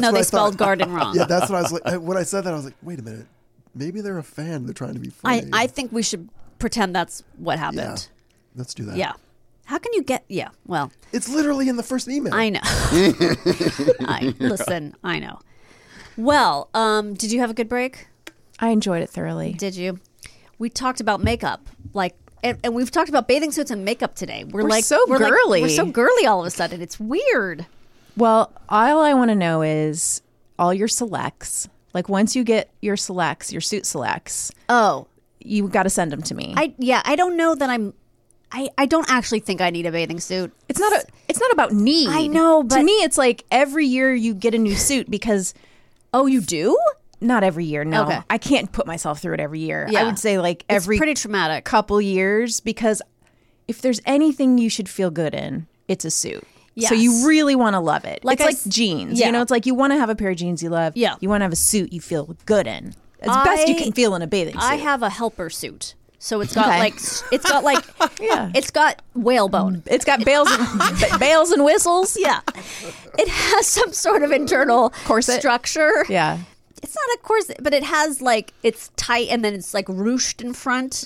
[SPEAKER 4] That's
[SPEAKER 1] though
[SPEAKER 4] what
[SPEAKER 1] they
[SPEAKER 4] I
[SPEAKER 1] spelled
[SPEAKER 4] thought.
[SPEAKER 1] garden wrong.
[SPEAKER 4] yeah, that's what I was like. I- When I said that, I was like, wait a minute. Maybe they're a fan. They're trying to be funny.
[SPEAKER 1] I, I think we should pretend that's what happened.
[SPEAKER 4] Let's do
[SPEAKER 1] Yeah.
[SPEAKER 4] that.
[SPEAKER 1] How can you get? Yeah. Well,
[SPEAKER 4] It's literally in the first email.
[SPEAKER 1] I know. I, listen, I know. Well, um, did you have a good break?
[SPEAKER 2] I enjoyed it thoroughly.
[SPEAKER 1] Did you? We talked about makeup, like, and, and we've talked about bathing suits and makeup today. We're,
[SPEAKER 2] We're
[SPEAKER 1] like
[SPEAKER 2] so
[SPEAKER 1] we're like-
[SPEAKER 2] girly.
[SPEAKER 1] we're so girly all of a sudden. It's weird.
[SPEAKER 2] Well, all I want to know is all your selects. Like once you get your selects, your suit selects.
[SPEAKER 1] Oh,
[SPEAKER 2] you got to send them to me.
[SPEAKER 1] I yeah. I don't know that I'm. I I don't actually think I need a bathing suit.
[SPEAKER 2] it's not a. It's not about need.
[SPEAKER 1] I know, but
[SPEAKER 2] to me, it's like every year you get a new suit because.
[SPEAKER 1] Oh, you do?
[SPEAKER 2] Not every year. No,
[SPEAKER 1] Okay.
[SPEAKER 2] I can't put myself through it every year. I
[SPEAKER 1] Yeah.
[SPEAKER 2] would say like
[SPEAKER 1] It's
[SPEAKER 2] every
[SPEAKER 1] pretty traumatic
[SPEAKER 2] couple years because if there's anything you should feel good in, it's a suit. So
[SPEAKER 1] Yes.
[SPEAKER 2] you really want to love it.
[SPEAKER 1] Like
[SPEAKER 2] Like
[SPEAKER 1] I
[SPEAKER 2] it's
[SPEAKER 1] s-
[SPEAKER 2] like jeans.
[SPEAKER 1] yeah.
[SPEAKER 2] You know, it's like you want to have a pair of jeans you love.
[SPEAKER 1] Yeah.
[SPEAKER 2] You want to have a suit you feel good in. As best you
[SPEAKER 1] I-
[SPEAKER 2] can feel in a bathing suit.
[SPEAKER 1] I have a helper suit. So it's got
[SPEAKER 2] Okay.
[SPEAKER 1] like s- it's got like yeah. it's got whalebone.
[SPEAKER 2] It's got bales and bales and whistles.
[SPEAKER 1] Yeah. It has some sort of internal corset structure.
[SPEAKER 2] Yeah.
[SPEAKER 1] It's not a corset, but it has like it's tight and then it's like ruched in front.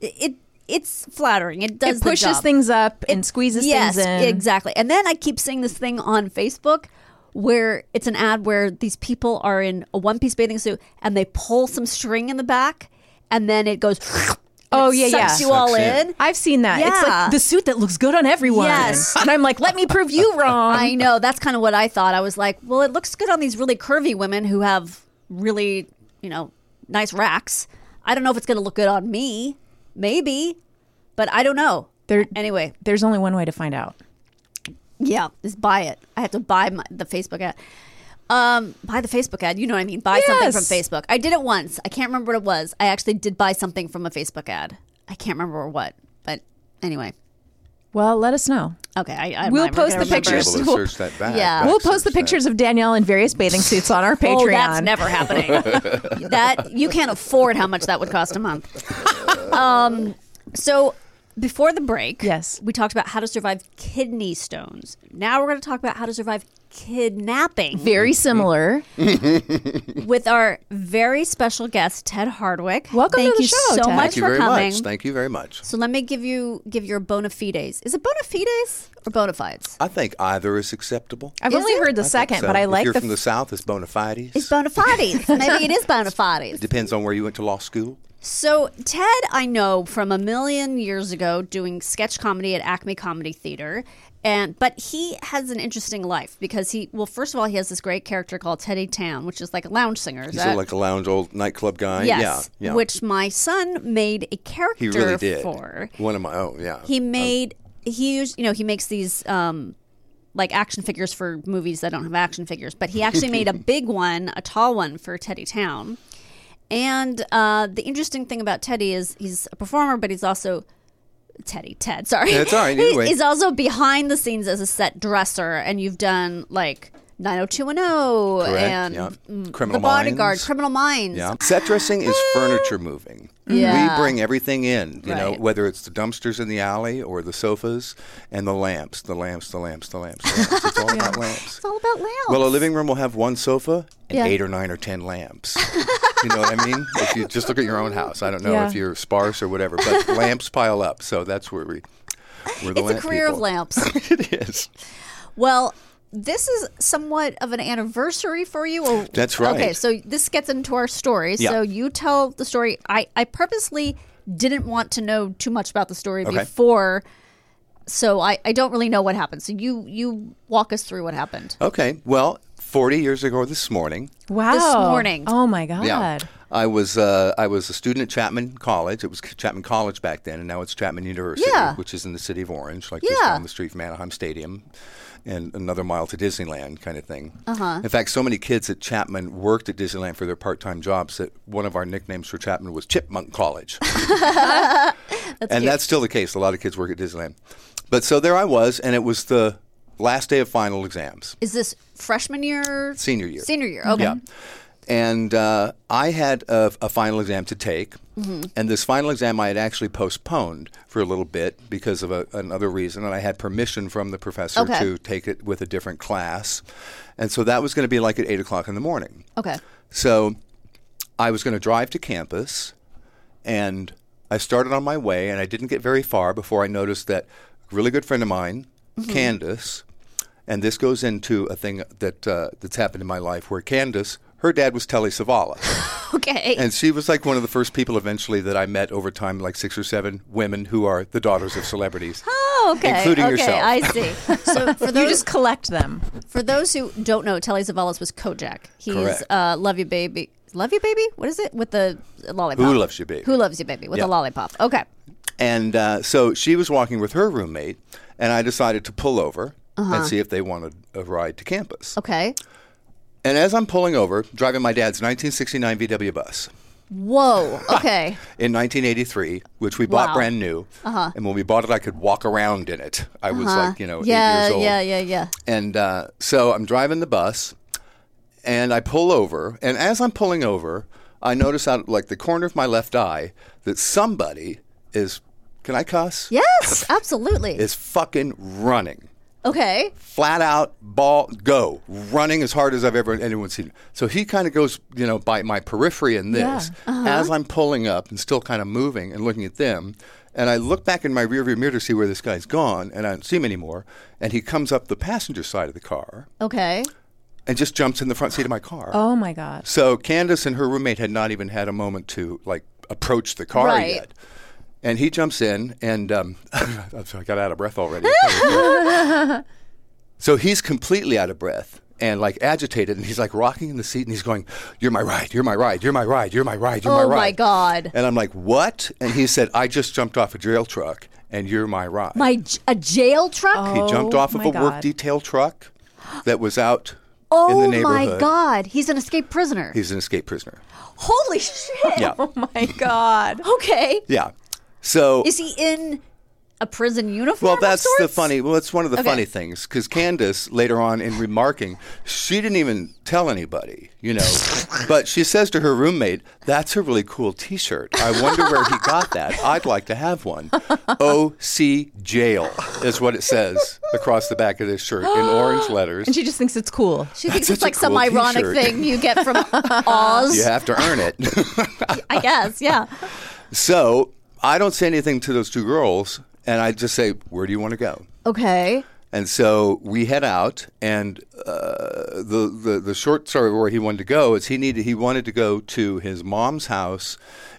[SPEAKER 1] It, it it's flattering. It
[SPEAKER 2] Mm-hmm.
[SPEAKER 1] does
[SPEAKER 2] it
[SPEAKER 1] the
[SPEAKER 2] pushes
[SPEAKER 1] job.
[SPEAKER 2] things up and squeezes
[SPEAKER 1] yes,
[SPEAKER 2] things in.
[SPEAKER 1] exactly. And then I keep seeing this thing on Facebook where it's an ad where these people are in a one piece bathing suit and they pull some string in the back and then it goes. and
[SPEAKER 2] Oh
[SPEAKER 1] it
[SPEAKER 2] yeah, yeah.
[SPEAKER 1] sucks you all in.
[SPEAKER 2] I've seen that. It's
[SPEAKER 1] Yeah.
[SPEAKER 2] like the suit that looks good on everyone.
[SPEAKER 1] Yes.
[SPEAKER 2] And I'm like, let me prove you wrong.
[SPEAKER 1] I know. That's kind of what I thought. I was like, well, it looks good on these really curvy women who have really, you know, nice racks. I don't know if it's going to look good on me. Maybe, but I don't know.
[SPEAKER 2] There-
[SPEAKER 1] anyway,
[SPEAKER 2] There's only one way to find out.
[SPEAKER 1] yeah, just buy it. I have to buy my, the Facebook ad. Um, buy the Facebook ad. You know what I mean? Buy something from
[SPEAKER 2] Yes.
[SPEAKER 1] Facebook. I did it once. I can't remember what it was. I actually did buy something from a Facebook ad. I can't remember what, but anyway.
[SPEAKER 2] Well, let us know.
[SPEAKER 1] Okay, I, I
[SPEAKER 2] We'll
[SPEAKER 1] I'm not
[SPEAKER 2] post
[SPEAKER 1] gonna
[SPEAKER 2] the
[SPEAKER 1] remember.
[SPEAKER 2] pictures.
[SPEAKER 5] Able to
[SPEAKER 2] We'll-
[SPEAKER 5] search that back.
[SPEAKER 1] Yeah.
[SPEAKER 5] Back
[SPEAKER 2] we'll post the
[SPEAKER 5] search that.
[SPEAKER 2] pictures of Danielle in various bathing suits on our Patreon.
[SPEAKER 1] Oh, that's never happening. that you can't afford how much that would cost a month. Um, so before the break, yes, we talked about how to survive kidney stones. Now we're going to talk about how to survive kidnapping.
[SPEAKER 2] Very similar.
[SPEAKER 1] With our very special guest Ted Hardwick. Welcome
[SPEAKER 2] to
[SPEAKER 1] Thank
[SPEAKER 2] the
[SPEAKER 1] you
[SPEAKER 2] show,
[SPEAKER 1] so
[SPEAKER 2] Ted.
[SPEAKER 1] much
[SPEAKER 5] Thank you
[SPEAKER 1] for
[SPEAKER 5] very
[SPEAKER 1] coming.
[SPEAKER 5] much. Thank you very much.
[SPEAKER 1] So let me give you give your bona fides. Is it bona fides or bona fides?
[SPEAKER 5] I think either is acceptable.
[SPEAKER 2] I've only heard the
[SPEAKER 5] I think
[SPEAKER 2] second,
[SPEAKER 5] so.
[SPEAKER 2] but I
[SPEAKER 5] If
[SPEAKER 2] like
[SPEAKER 5] you're
[SPEAKER 2] the
[SPEAKER 5] from the South, it's bona fides.
[SPEAKER 1] It's bona fides. Maybe it is bona fides.
[SPEAKER 5] It depends on where you went to law school.
[SPEAKER 1] So Ted, I know from a million years ago doing sketch comedy at Acme Comedy Theater, and but he has an interesting life because he well, first of all, he has this great character called Teddy Town, which is like a lounge singer. Is
[SPEAKER 5] He's
[SPEAKER 1] that-
[SPEAKER 5] like a lounge old nightclub guy.
[SPEAKER 1] yes,
[SPEAKER 5] Yeah. yeah.
[SPEAKER 1] which my son made a character
[SPEAKER 5] he really did.
[SPEAKER 1] for.
[SPEAKER 5] One of my own. Yeah.
[SPEAKER 1] He made he used you know he makes these um like action figures for movies that don't have action figures, but he actually made a big one, a tall one for Teddy Town. And uh, the interesting thing about Teddy is he's a performer, but he's also Teddy Ted. Sorry,
[SPEAKER 5] Yeah, it's all right,
[SPEAKER 1] He-
[SPEAKER 5] either way.
[SPEAKER 1] he's also behind the scenes as a set dresser, and you've done like 90210
[SPEAKER 5] Correct,
[SPEAKER 1] and
[SPEAKER 5] yeah.
[SPEAKER 1] mm,
[SPEAKER 5] Criminal
[SPEAKER 1] The Bodyguard,
[SPEAKER 5] Minds.
[SPEAKER 1] Criminal Minds.
[SPEAKER 5] Yeah. Set dressing is furniture moving.
[SPEAKER 1] Yeah.
[SPEAKER 5] We bring everything in, you know,
[SPEAKER 1] Right.
[SPEAKER 5] whether it's the dumpsters in the alley or the sofas and the lamps, the lamps, the lamps, the lamps. The lamps. It's all about lamps.
[SPEAKER 1] It's all about lamps.
[SPEAKER 5] Well, a living room will have one sofa and
[SPEAKER 1] Yeah.
[SPEAKER 5] eight or nine or ten lamps. you know what I mean? If you just look at your own house, I don't know
[SPEAKER 1] Yeah.
[SPEAKER 5] if you're sparse or whatever, but lamps pile up. So that's where we. We're the
[SPEAKER 1] it's a
[SPEAKER 5] lamp
[SPEAKER 1] career of
[SPEAKER 5] people.
[SPEAKER 1] lamps.
[SPEAKER 5] it is.
[SPEAKER 1] Well, this is somewhat of an anniversary for you. Or,
[SPEAKER 5] That's right.
[SPEAKER 1] Okay, so this gets into our story.
[SPEAKER 5] Yeah.
[SPEAKER 1] So you tell the story. I, I purposely didn't want to know too much about the story
[SPEAKER 5] Okay.
[SPEAKER 1] before, so I, I don't really know what happened. So you you walk us through what happened.
[SPEAKER 5] Okay. Well, 40 years ago this morning,
[SPEAKER 2] Wow.
[SPEAKER 1] This morning.
[SPEAKER 2] Oh my God.
[SPEAKER 5] Yeah. I was uh, I was a student at Chapman College. It was Chapman College back then, and now it's Chapman University,
[SPEAKER 1] Yeah.
[SPEAKER 5] which is in the city of Orange, like just
[SPEAKER 1] Yeah.
[SPEAKER 5] down the street from Anaheim Stadium, and another mile to Disneyland, kind of thing.
[SPEAKER 1] Uh-huh.
[SPEAKER 5] In fact, so many kids at Chapman worked at Disneyland for their part-time jobs that one of our nicknames for Chapman was Chipmunk College and that's still the case. A lot of kids work at Disneyland. But so there I was, and it was the last day of final exams,
[SPEAKER 1] Is this freshman year?
[SPEAKER 5] senior year. Mm-hmm.
[SPEAKER 1] Senior year. Okay.
[SPEAKER 5] Yeah. And uh, I had a, a final exam to take,
[SPEAKER 1] Mhm.
[SPEAKER 5] and this final exam I had actually postponed for a little bit because of a, another reason, and I had permission from the professor
[SPEAKER 1] Okay.
[SPEAKER 5] to take it with a different class, and so that was going to be like at eight o'clock in the morning.
[SPEAKER 1] Okay.
[SPEAKER 5] So I was going to drive to campus, and I started on my way, and I didn't get very far before I noticed that a really good friend of mine,
[SPEAKER 1] Mm-hmm.
[SPEAKER 6] Mhm.
[SPEAKER 5] Candace, and this goes into a thing that uh, that's happened in my life where Candace, her dad was Telly Savalas.
[SPEAKER 1] Okay.
[SPEAKER 5] And she was like one of the first people eventually that I met over time, like six or seven women who are the daughters of celebrities.
[SPEAKER 1] Oh, okay.
[SPEAKER 5] Including
[SPEAKER 1] okay,
[SPEAKER 5] yourself.
[SPEAKER 1] I see. So for those,
[SPEAKER 2] just collect them.
[SPEAKER 1] For those who don't know, Telly Savalas was Kojak. He's
[SPEAKER 5] Correct.
[SPEAKER 1] uh, Love You Baby. Love You Baby? What is it? With the lollipop.
[SPEAKER 5] Who Loves You Baby.
[SPEAKER 1] Who Loves You Baby with
[SPEAKER 5] Yeah.
[SPEAKER 1] a lollipop. Okay.
[SPEAKER 5] And uh, so she was walking with her roommate, and I decided to pull over
[SPEAKER 1] Uh-huh.
[SPEAKER 5] and see if they wanted a ride to campus.
[SPEAKER 1] Okay.
[SPEAKER 5] And as I'm pulling over, driving my dad's 1969 VW bus
[SPEAKER 1] Whoa. Okay.
[SPEAKER 5] in 1983, which we bought
[SPEAKER 1] Wow.
[SPEAKER 5] brand new.
[SPEAKER 1] Uh huh.
[SPEAKER 5] And when we bought it, I could walk around in it. I was like, you know,
[SPEAKER 1] Uh-huh. yeah,
[SPEAKER 5] eight years old.
[SPEAKER 1] Yeah, yeah, yeah.
[SPEAKER 5] And uh, so I'm driving the bus, and I pull over. And as I'm pulling over, I notice out like the corner of my left eye that somebody is. Can I cuss?
[SPEAKER 1] Yes, absolutely.
[SPEAKER 5] Is fucking running
[SPEAKER 1] okay.
[SPEAKER 5] flat out ball go running as hard as I've ever anyone seen. So he kind of goes, you know, by my periphery in this
[SPEAKER 1] Yeah. Uh-huh.
[SPEAKER 5] as I'm pulling up and still kind of moving and looking at them. And I look back in my rearview mirror to see where this guy's gone, and I don't see him anymore. And he comes up the passenger side of the car
[SPEAKER 1] Okay.
[SPEAKER 5] and just jumps in the front seat of my car.
[SPEAKER 2] Oh my God.
[SPEAKER 5] So Candace and her roommate had not even had a moment to like approach the car
[SPEAKER 1] Right.
[SPEAKER 5] yet. And he jumps in, and um, I'm sorry, I got out of breath already. So he's completely out of breath and like agitated, and he's like rocking in the seat, and he's going, "You're my ride, you're my ride, you're my ride, you're my ride, you're
[SPEAKER 1] oh
[SPEAKER 5] my
[SPEAKER 1] my
[SPEAKER 5] ride."
[SPEAKER 1] God.
[SPEAKER 5] And I'm like, "What?" And he said, "I just jumped off a jail truck, and you're my ride."
[SPEAKER 1] My Oh j- a jail truck.
[SPEAKER 5] he jumped off of a work detail truck that was out
[SPEAKER 1] Oh
[SPEAKER 5] in the
[SPEAKER 1] my
[SPEAKER 5] neighborhood.
[SPEAKER 1] God. He's an escaped prisoner.
[SPEAKER 5] He's an escape prisoner.
[SPEAKER 1] Holy shit.
[SPEAKER 5] Yeah.
[SPEAKER 1] Oh
[SPEAKER 2] my God.
[SPEAKER 1] okay.
[SPEAKER 5] Yeah. So
[SPEAKER 1] Is he in a prison uniform?
[SPEAKER 5] Well,
[SPEAKER 1] of
[SPEAKER 5] that's the
[SPEAKER 1] sorts?
[SPEAKER 5] funny. Well, it's one of the
[SPEAKER 1] Okay.
[SPEAKER 5] funny things because Candace later on in remarking, she didn't even tell anybody, you know, but she says to her roommate, "That's a really cool T-shirt. I wonder where he got that. I'd like to have one." O C jail is what it says across the back of this shirt in orange letters.
[SPEAKER 2] And she just thinks it's cool.
[SPEAKER 1] She thinks
[SPEAKER 5] That's
[SPEAKER 1] it's
[SPEAKER 5] such a
[SPEAKER 1] like some
[SPEAKER 5] cool
[SPEAKER 1] ironic
[SPEAKER 5] t-shirt.
[SPEAKER 1] thing you get from Oz.
[SPEAKER 5] You have to earn it.
[SPEAKER 1] I guess, yeah.
[SPEAKER 5] so I don't say anything to those two girls, and I just say, "Where do you want to go?"
[SPEAKER 1] Okay.
[SPEAKER 5] And so we head out, and uh, the, the the short story of where he wanted to go is he needed he wanted to go to his mom's house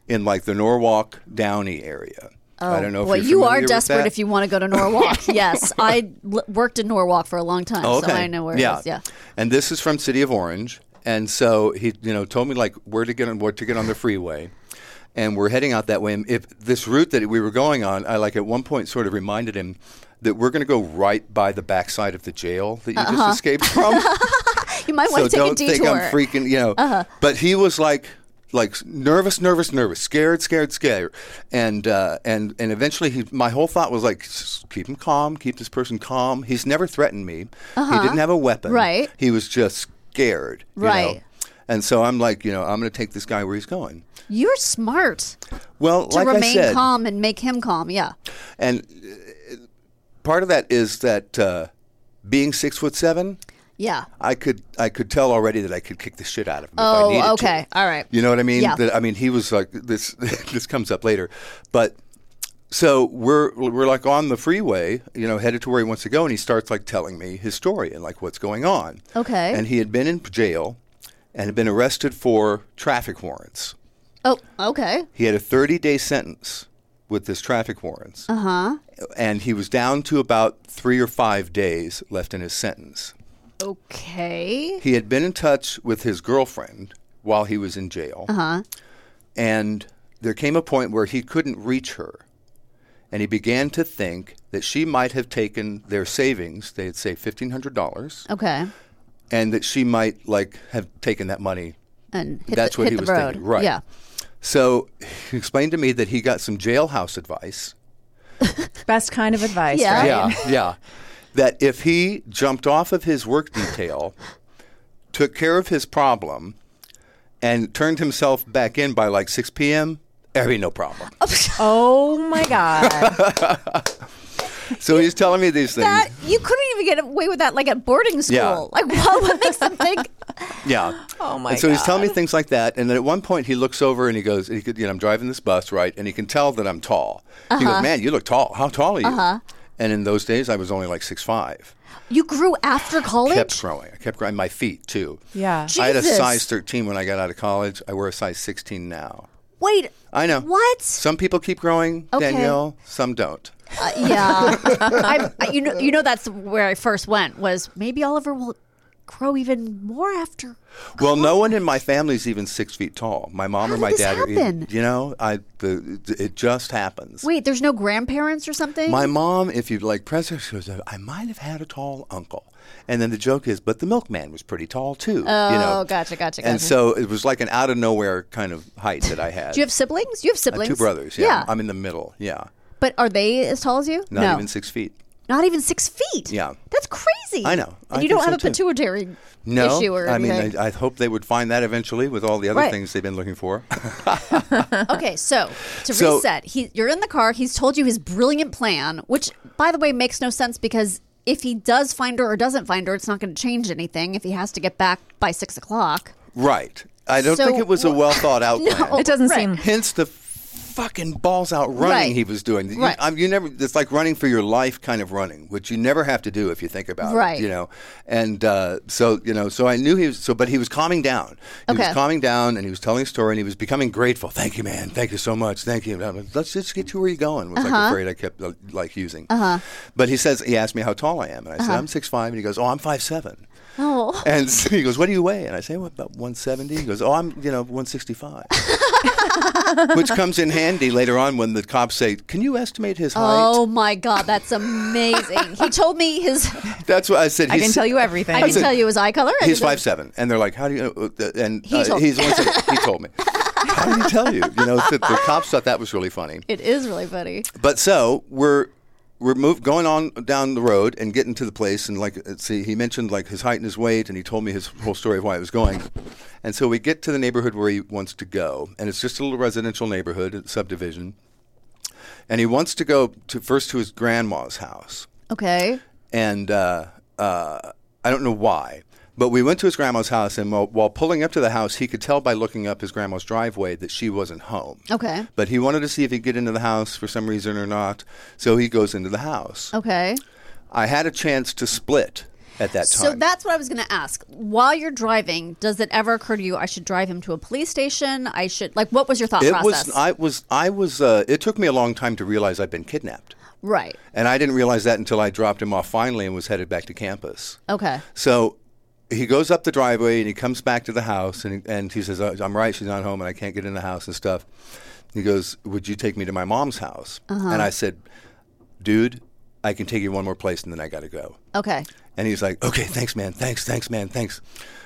[SPEAKER 5] in like the Norwalk Downey area. I don't know.
[SPEAKER 1] boy,
[SPEAKER 5] Oh, if
[SPEAKER 1] Oh, you
[SPEAKER 5] you're
[SPEAKER 1] are
[SPEAKER 5] familiar with
[SPEAKER 1] desperate
[SPEAKER 5] that.
[SPEAKER 1] if you want to go to Norwalk. yes, I l- worked in Norwalk for a long time,
[SPEAKER 5] Oh, okay.
[SPEAKER 1] so I know where it is. Yeah.
[SPEAKER 5] And this is from City of Orange, and so he you know told me like where to get on what to get on the freeway. And we're heading out that way. And if this route that we were going on, I like at one point sort of reminded him that we're going to go right by the backside of the jail that you
[SPEAKER 1] Uh-huh.
[SPEAKER 5] just escaped from.
[SPEAKER 1] You might want
[SPEAKER 5] so
[SPEAKER 1] to take
[SPEAKER 5] don't
[SPEAKER 1] a detour.
[SPEAKER 5] think I'm freaking, you know.
[SPEAKER 1] Uh-huh.
[SPEAKER 5] But he was like, like nervous, nervous, nervous, scared, scared, scared, and uh, and and eventually he. My whole thought was like, "S- keep him calm, keep this person calm. He's never threatened me. He
[SPEAKER 1] Uh-huh.
[SPEAKER 5] didn't have a weapon.
[SPEAKER 1] Right.
[SPEAKER 5] He was just scared. you know?
[SPEAKER 1] Right.
[SPEAKER 5] And so I'm like, you know, I'm going to take this guy where he's going.
[SPEAKER 1] You're smart
[SPEAKER 5] Well,
[SPEAKER 1] to
[SPEAKER 5] like
[SPEAKER 1] remain
[SPEAKER 5] I said,
[SPEAKER 1] calm and make him calm. Yeah.
[SPEAKER 5] and uh, part of that is that uh, being six foot seven,
[SPEAKER 1] Yeah.
[SPEAKER 5] I could I could tell already that I could kick the shit out of him. if I needed
[SPEAKER 1] Oh,
[SPEAKER 5] to.
[SPEAKER 1] okay. All right.
[SPEAKER 5] You know what I mean?
[SPEAKER 1] Yeah.
[SPEAKER 5] That- I mean, he was like this. this comes up later, but so we're we're like on the freeway, you know, headed to where he wants to go, and he starts like telling me his story and like what's going on.
[SPEAKER 1] Okay.
[SPEAKER 5] And he had been in jail, and had been arrested for traffic warrants.
[SPEAKER 1] oh, okay.
[SPEAKER 5] He had a 30 day sentence with this traffic warrants,
[SPEAKER 1] Uh huh.
[SPEAKER 5] and he was down to about three or five days left in his sentence.
[SPEAKER 1] Okay.
[SPEAKER 5] He had been in touch with his girlfriend while he was in jail.
[SPEAKER 1] Uh huh.
[SPEAKER 5] And there came a point where he couldn't reach her. And he began to think that she might have taken their savings, they had saved $1,500,
[SPEAKER 1] Okay.
[SPEAKER 5] and that she might like have taken that money.
[SPEAKER 1] And hit
[SPEAKER 5] That's
[SPEAKER 1] the,
[SPEAKER 5] what
[SPEAKER 1] hit
[SPEAKER 5] he
[SPEAKER 1] the
[SPEAKER 5] was
[SPEAKER 1] road.
[SPEAKER 5] thinking. Right.
[SPEAKER 1] Yeah.
[SPEAKER 5] So he explained to me that he got some jailhouse advice.
[SPEAKER 2] Best kind of advice,
[SPEAKER 1] Yeah.
[SPEAKER 2] right?
[SPEAKER 5] Yeah, yeah. That if he jumped off of his work detail, took care of his problem, and turned himself back in by like 6 p.m., there'd be no problem.
[SPEAKER 2] Oh my god.
[SPEAKER 5] So he's telling me these things.
[SPEAKER 1] That you couldn't even get away with that, like at boarding school.
[SPEAKER 5] Yeah.
[SPEAKER 1] Like, what, what makes them think?
[SPEAKER 5] Yeah.
[SPEAKER 1] Oh my
[SPEAKER 5] And so he's telling me things like that, and then at one point he looks over and he goes, he could, you know, I'm driving this bus, right? And he can tell that I'm tall. He
[SPEAKER 1] Uh-huh.
[SPEAKER 5] goes, man, you look tall. How tall are you?
[SPEAKER 1] Uh huh.
[SPEAKER 5] And in those days, I was only like six five.
[SPEAKER 1] You grew after college.
[SPEAKER 5] Kept growing. I kept growing my feet too.
[SPEAKER 1] Yeah.
[SPEAKER 5] I had a
[SPEAKER 1] Jesus.
[SPEAKER 5] size 13 when I got out of college. I wear a size 16 now.
[SPEAKER 1] Wait.
[SPEAKER 5] I know.
[SPEAKER 1] What?
[SPEAKER 5] Some people keep growing,
[SPEAKER 1] Okay.
[SPEAKER 5] Danielle. Some don't.
[SPEAKER 1] Uh, yeah. I, I, you know, you know, that's where I first went. Was maybe Oliver will grow even more after.
[SPEAKER 5] Well, no one in my family's even six feet tall. My mom or
[SPEAKER 1] did
[SPEAKER 5] my
[SPEAKER 1] this
[SPEAKER 5] dad are
[SPEAKER 1] happen?
[SPEAKER 5] even. You know, I the it just happens.
[SPEAKER 1] Wait, there's no grandparents or something.
[SPEAKER 5] My mom, if you like, press her, she goes, I might have had a tall uncle. And then the joke is, but the milkman was pretty tall too.
[SPEAKER 1] Oh,
[SPEAKER 5] you know?
[SPEAKER 1] gotcha, gotcha,
[SPEAKER 5] And
[SPEAKER 1] gotcha.
[SPEAKER 5] so it was like an out of nowhere kind of height that I had.
[SPEAKER 1] Do you have siblings? You have
[SPEAKER 5] Uh,
[SPEAKER 1] siblings.
[SPEAKER 5] two brothers, yeah. I'm in the middle, yeah.
[SPEAKER 1] But are they as tall as you?
[SPEAKER 5] Not
[SPEAKER 1] no.
[SPEAKER 5] even six feet.
[SPEAKER 1] Not even six feet.
[SPEAKER 5] Yeah.
[SPEAKER 1] That's crazy.
[SPEAKER 5] I know.
[SPEAKER 1] And
[SPEAKER 5] I
[SPEAKER 1] you don't have
[SPEAKER 5] think
[SPEAKER 1] a
[SPEAKER 5] so, too.
[SPEAKER 1] pituitary
[SPEAKER 5] No,
[SPEAKER 1] issue or
[SPEAKER 5] I mean,
[SPEAKER 1] anything.
[SPEAKER 5] I, I hope they would find that eventually with all the other
[SPEAKER 1] Right.
[SPEAKER 5] things they've been looking for.
[SPEAKER 1] okay, so to
[SPEAKER 5] So-
[SPEAKER 1] reset, he you're in the car. He's told you his brilliant plan, which by the way makes no sense because if he does find her or doesn't find her, it's not going to change anything. If he has to get back by six o'clock,
[SPEAKER 5] right. I don't
[SPEAKER 1] So
[SPEAKER 5] think it was a
[SPEAKER 1] wha-
[SPEAKER 5] well thought out
[SPEAKER 1] No,
[SPEAKER 5] plan.
[SPEAKER 1] It doesn't right. seem-
[SPEAKER 5] Hence the fucking balls out running
[SPEAKER 1] Right.
[SPEAKER 5] he was doing. You,
[SPEAKER 1] Right.
[SPEAKER 5] I'm- you never. It's like running for your life kind of running, which you never have to do if you think about
[SPEAKER 1] Right.
[SPEAKER 5] it. You know. And uh, so you know. So I knew he was. So, but he was calming down. He
[SPEAKER 1] Okay.
[SPEAKER 5] was calming down, and he was telling a story, and he was becoming grateful. Thank you, man. Thank you so much. Thank you. I'm like, Let's just get to where you're going. Was
[SPEAKER 1] Uh-huh.
[SPEAKER 5] like a phrase I kept uh, like using.
[SPEAKER 1] Uh-huh.
[SPEAKER 5] But he says he asked me how tall I am, and I said
[SPEAKER 1] Uh-huh.
[SPEAKER 5] I'm six five, and he goes, Oh, I'm five seven.
[SPEAKER 1] oh,
[SPEAKER 5] And so he goes, "What do you weigh?" And I say, "What about 170?" He goes, "Oh, I'm you know 165," which comes in handy later on when the cops say, "Can you estimate his height?"
[SPEAKER 1] oh my god, that's amazing. he told me his.
[SPEAKER 5] That's what I said.
[SPEAKER 1] I
[SPEAKER 5] he's-
[SPEAKER 1] can tell you everything. I can
[SPEAKER 5] said,
[SPEAKER 1] tell you his eye color. I
[SPEAKER 5] He's
[SPEAKER 1] can tell-
[SPEAKER 5] five seven, and they're like, "How do you?" know, uh, And
[SPEAKER 1] He told-
[SPEAKER 5] he's one seven. he told me. How do you tell you? You know, the, the cops thought that was really funny.
[SPEAKER 1] It is really funny.
[SPEAKER 5] But so we're we're move, going on down the road and getting to the place and like let's see he mentioned like his height and his weight and he told me his whole story of why he was going and so we get to the neighborhood where he wants to go and it's just a little residential neighborhood a subdivision and he wants to go to first to his grandma's house
[SPEAKER 1] Okay.
[SPEAKER 5] and uh, uh, I don't know why, but we went to his grandma's house, and while, while pulling up to the house, he could tell by looking up his grandma's driveway that she wasn't home.
[SPEAKER 1] Okay.
[SPEAKER 5] But he wanted to see if he'd get into the house for some reason or not, so he goes into the house.
[SPEAKER 1] Okay.
[SPEAKER 5] I had a chance to split at that
[SPEAKER 1] So
[SPEAKER 5] time.
[SPEAKER 1] that's what I was going to ask. While you're driving, does it ever occur to you I should drive him to a police station? I should like what was your thought
[SPEAKER 5] it
[SPEAKER 1] process?
[SPEAKER 5] was I was I was uh, it took me a long time to realize I'd been kidnapped.
[SPEAKER 1] right.
[SPEAKER 5] And I didn't realize that until I dropped him off finally and was headed back to campus.
[SPEAKER 1] Okay.
[SPEAKER 5] So he goes up the driveway and he comes back to the house and he, and he says, "Uh, "I'm right. She's not home, and I can't get in the house and stuff." He goes, "Would you take me to my mom's house?"
[SPEAKER 1] Uh-huh.
[SPEAKER 5] And I said, "Dude, I can take you one more place, and then I got to go."
[SPEAKER 1] Okay.
[SPEAKER 5] And he's like, "Okay, thanks, man. Thanks, thanks, man. Thanks."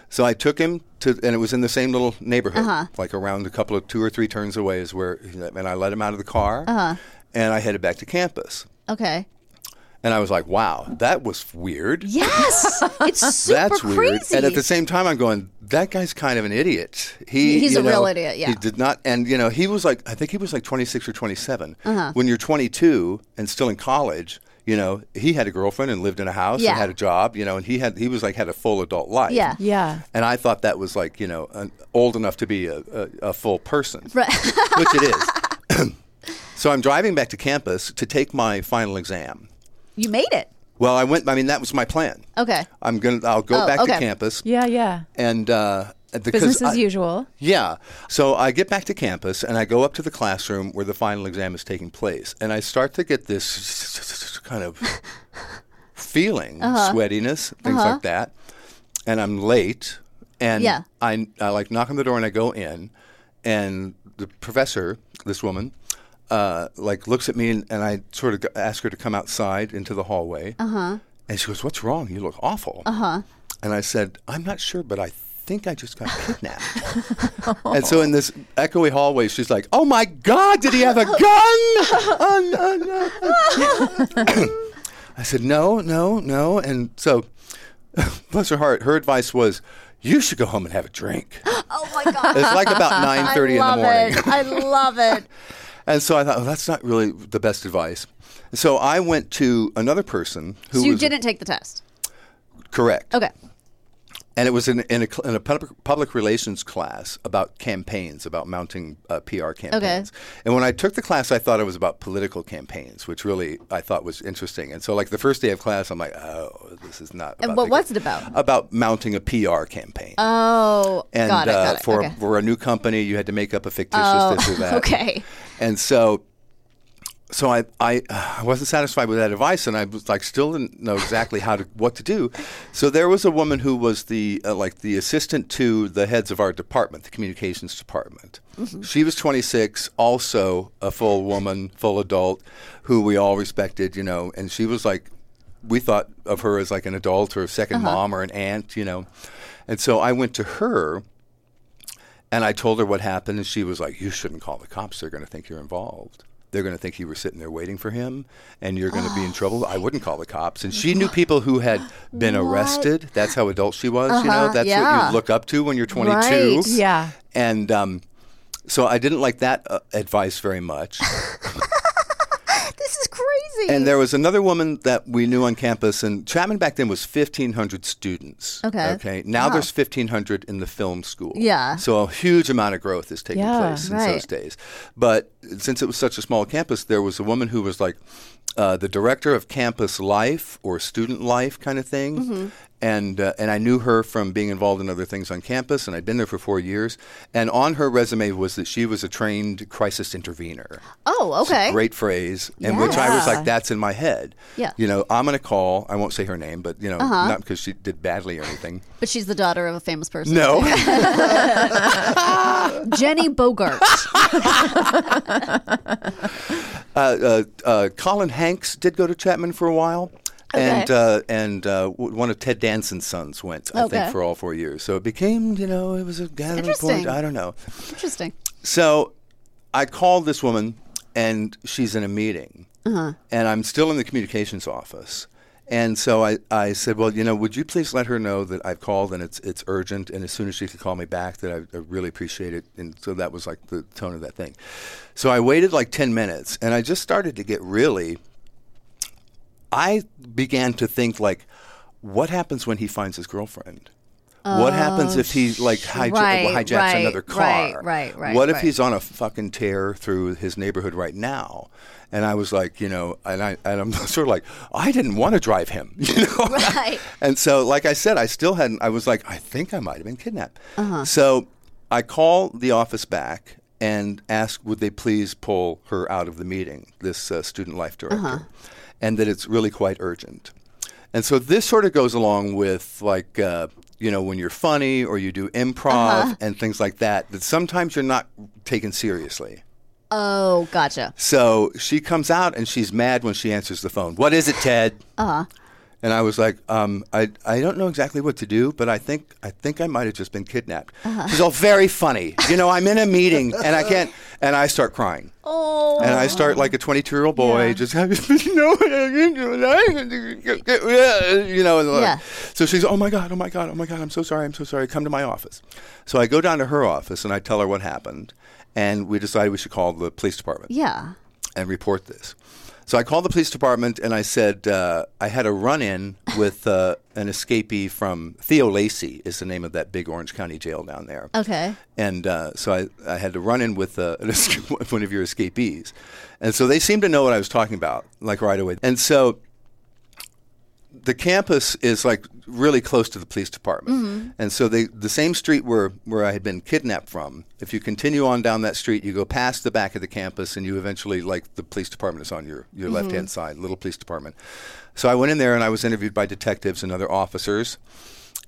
[SPEAKER 5] So I took him to, and it was in the same little neighborhood,
[SPEAKER 6] Uh-huh.
[SPEAKER 5] like around a couple of two or three turns away is where, and I let him out of the car,
[SPEAKER 6] Uh huh.
[SPEAKER 5] and I headed back to campus.
[SPEAKER 6] Okay.
[SPEAKER 5] And I was like, wow, that was weird.
[SPEAKER 6] Yes, it's super
[SPEAKER 5] That's weird.
[SPEAKER 6] crazy.
[SPEAKER 5] And at the same time, I'm going, that guy's kind of an idiot. He,
[SPEAKER 6] He's
[SPEAKER 5] you
[SPEAKER 6] a real
[SPEAKER 5] know,
[SPEAKER 6] idiot, yeah.
[SPEAKER 5] He did not, and you know, he was like, I think he was like 26 or 27.
[SPEAKER 6] Uh-huh.
[SPEAKER 5] When you're 22 and still in college, you know, he had a girlfriend and lived in a house
[SPEAKER 2] Yeah.
[SPEAKER 5] and had a job, you know, and he had, he was like, had a full adult life.
[SPEAKER 2] Yeah. Yeah.
[SPEAKER 5] And I thought that was like, you know, an, old enough to be a, a, a full person,
[SPEAKER 6] Right.
[SPEAKER 5] which it is. so I'm driving back to campus to take my final exam.
[SPEAKER 6] You made it.
[SPEAKER 5] Well, I went, I mean, that was my plan.
[SPEAKER 6] Okay.
[SPEAKER 5] I'm gonna. I'll go
[SPEAKER 6] Oh,
[SPEAKER 5] back
[SPEAKER 6] okay.
[SPEAKER 5] to campus.
[SPEAKER 2] Yeah, yeah.
[SPEAKER 5] And uh, because
[SPEAKER 2] Business as
[SPEAKER 5] I-
[SPEAKER 2] usual.
[SPEAKER 5] Yeah. So I get back to campus and I go up to the classroom where the final exam is taking place, and I start to get this kind of feeling,
[SPEAKER 6] Uh-huh.
[SPEAKER 5] sweatiness, things
[SPEAKER 6] Uh-huh.
[SPEAKER 5] like that, and I'm late, and
[SPEAKER 6] Yeah.
[SPEAKER 5] I, I like knock on the door and I go in, and the professor, this woman. Uh, like looks at me and, and I sort of ask her to come outside into the hallway,
[SPEAKER 6] Uh huh.
[SPEAKER 5] and she goes, "What's wrong? You look awful."
[SPEAKER 6] Uh huh.
[SPEAKER 5] And I said, I'm not sure, but I think I just got kidnapped. and so in this echoey hallway, she's like, Oh my God, did he have a gun? Oh, no, no, no. I said, No, no, no. And so, bless her heart, her advice was, You should go home and have a drink.
[SPEAKER 6] Oh my god.
[SPEAKER 5] It's like about 9:30 in the
[SPEAKER 6] I love
[SPEAKER 5] morning.
[SPEAKER 6] It. I love it.
[SPEAKER 5] And so I thought, Oh, that's not really the best advice. So I went to another person who
[SPEAKER 6] so you
[SPEAKER 5] was
[SPEAKER 6] didn't take the test.
[SPEAKER 5] correct.
[SPEAKER 6] Okay.
[SPEAKER 5] And it was in, in, a, cl- in a public, public relations class about campaigns, about mounting uh, PR campaigns. And when I took the class, I thought it was about political campaigns, which really I thought was interesting. And so, like the first day of class, I'm like, oh, this is not.
[SPEAKER 6] And
[SPEAKER 5] About
[SPEAKER 6] what
[SPEAKER 5] the-
[SPEAKER 6] was it about?
[SPEAKER 5] About mounting a PR campaign.
[SPEAKER 6] Oh,
[SPEAKER 5] and
[SPEAKER 6] got it.
[SPEAKER 5] uh,
[SPEAKER 6] Got it.
[SPEAKER 5] for
[SPEAKER 6] okay.
[SPEAKER 5] for a new company, you had to make up a fictitious
[SPEAKER 6] Oh,
[SPEAKER 5] this or that.
[SPEAKER 6] okay.
[SPEAKER 5] And so, so I, I I wasn't satisfied with that advice, and I was like, still didn't know exactly how to what to do. So there was a woman who was the uh, like the assistant to the heads of our department, the communications department.
[SPEAKER 6] Mm-hmm.
[SPEAKER 7] Mhm.
[SPEAKER 5] She was 26, also a full woman, full adult, who we all respected, you know. And she was like, we thought of her as like an adult or a 2nd
[SPEAKER 7] Uh-huh.
[SPEAKER 5] mom or an aunt, you know. And so I went to her. And I told her what happened, and she was like, "You shouldn't call the cops. They're going to think you're involved. They're going to think you were sitting there waiting for him, and you're going to be in trouble." I wouldn't call the cops. And she knew people who had been arrested. That's how adult she was. You
[SPEAKER 2] Uh-huh,
[SPEAKER 5] know, that's what
[SPEAKER 2] yeah.
[SPEAKER 5] you look up to when you're 22.
[SPEAKER 2] Right, yeah.
[SPEAKER 5] And um, so I didn't like that uh, advice very much.
[SPEAKER 6] This is crazy.
[SPEAKER 5] and there was another woman that we knew on campus, and Chapman back then was 1,500 students.
[SPEAKER 6] Okay.
[SPEAKER 5] Okay. Now
[SPEAKER 6] Wow.
[SPEAKER 5] there's 1,500 in the film school.
[SPEAKER 6] Yeah.
[SPEAKER 5] So a huge amount of growth is taking
[SPEAKER 6] Yeah,
[SPEAKER 5] place since
[SPEAKER 6] right.
[SPEAKER 5] those days. But since it was such a small campus, there was a woman who was like uh, the director of campus life or student life kind of thing.
[SPEAKER 6] Mm-hmm.
[SPEAKER 7] Mhm.
[SPEAKER 5] And, uh, and I knew her from being involved in other things on campus, and I'd been there for four years. And on her resume was that she was a trained crisis intervener.
[SPEAKER 6] oh,
[SPEAKER 5] It's a
[SPEAKER 6] okay.
[SPEAKER 5] great phrase, and which I was
[SPEAKER 6] Yeah.
[SPEAKER 5] like, that's in my head.
[SPEAKER 6] Yeah.
[SPEAKER 5] You know, I'm going to call, I won't say her name, but, you know,
[SPEAKER 6] Uh-huh.
[SPEAKER 5] not because she did badly or anything.
[SPEAKER 6] But she's the daughter of a famous person.
[SPEAKER 5] No.
[SPEAKER 6] Jenny Bogart.
[SPEAKER 5] Uh, uh, uh, Colin Hanks did go to Chapman for a while. And
[SPEAKER 7] Okay.
[SPEAKER 5] uh, and uh, w- one of Ted Danson's sons went, I
[SPEAKER 6] Okay.
[SPEAKER 5] think, for all four years. So it became, you know, it was a gathering point.
[SPEAKER 6] Interesting.
[SPEAKER 5] I don't know.
[SPEAKER 6] Interesting.
[SPEAKER 5] So I called this woman, and she's in a meeting.
[SPEAKER 6] Uh-huh.
[SPEAKER 5] and I'm still in the communications office. And so I, I said, well, you know, would you please let her know that I've called and it's it's urgent, and as soon as she could call me back, that I, I really appreciate it. And so that was like the tone of that thing. So I waited like ten minutes, and I just started to get really. I began to think like, what happens when he finds his girlfriend? what happens
[SPEAKER 7] Oh,
[SPEAKER 5] if he like hijack,
[SPEAKER 7] right,
[SPEAKER 5] hijacks
[SPEAKER 7] right,
[SPEAKER 5] another car?
[SPEAKER 7] right, right, right,
[SPEAKER 5] What if
[SPEAKER 7] right.
[SPEAKER 5] he's on a fucking tear through his neighborhood right now? And I was like, you know, and I and I'm sort of like, I didn't want to drive him, you know.
[SPEAKER 6] Right.
[SPEAKER 5] And so, like I said, I still hadn't. I was like, I think I might have been kidnapped.
[SPEAKER 6] Uh-huh.
[SPEAKER 5] So I call the office back and ask, would they please pull her out of the meeting? This uh, student life director
[SPEAKER 6] Uh-huh.
[SPEAKER 5] and that it's really quite urgent. And so this sort of goes along with like uh, you know when you're funny or you do improv
[SPEAKER 6] Uh-huh.
[SPEAKER 5] and things like that that sometimes you're not taken seriously.
[SPEAKER 6] Oh, gotcha.
[SPEAKER 7] Uh-huh.
[SPEAKER 5] So she comes out and she's mad when she answers the phone. What is it, Ted?
[SPEAKER 6] Uh huh.
[SPEAKER 5] and I was like, um, I, I don't know exactly what to do, but I think I think I might have just been kidnapped.
[SPEAKER 7] Uh-huh.
[SPEAKER 5] She's all very funny. You know, I'm in a meeting and I can't, and I start crying.
[SPEAKER 7] Oh.
[SPEAKER 5] And I start like a 22 year old boy, just you know, you know. and, like-
[SPEAKER 7] Yeah.
[SPEAKER 5] So she's, oh my god, oh my god, oh my god, I'm so sorry, I'm so sorry. Come to my office. So I go down to her office and I tell her what happened, and we decided we should call the police department
[SPEAKER 6] Yeah.
[SPEAKER 5] and report this. So I called the police department and I said uh, I had a run-in with uh, an escapee from Theo Lacey is the name of that big Orange County jail down there.
[SPEAKER 1] Oh.
[SPEAKER 6] Okay.
[SPEAKER 5] And uh, so I, I had to run in with uh, an esca- one of your escapees. And so they seemed to know what I was talking about, like right away. And so the campus is like really close to the police department.
[SPEAKER 7] Mhm.
[SPEAKER 5] And so they, the same street where, where I had been kidnapped from, if you continue on down that street, you go past the back of the campus and you eventually, like, the police department is on your, your
[SPEAKER 7] Mhm.
[SPEAKER 5] left hand side, little police department. So I went in there and I was interviewed by detectives and other officers.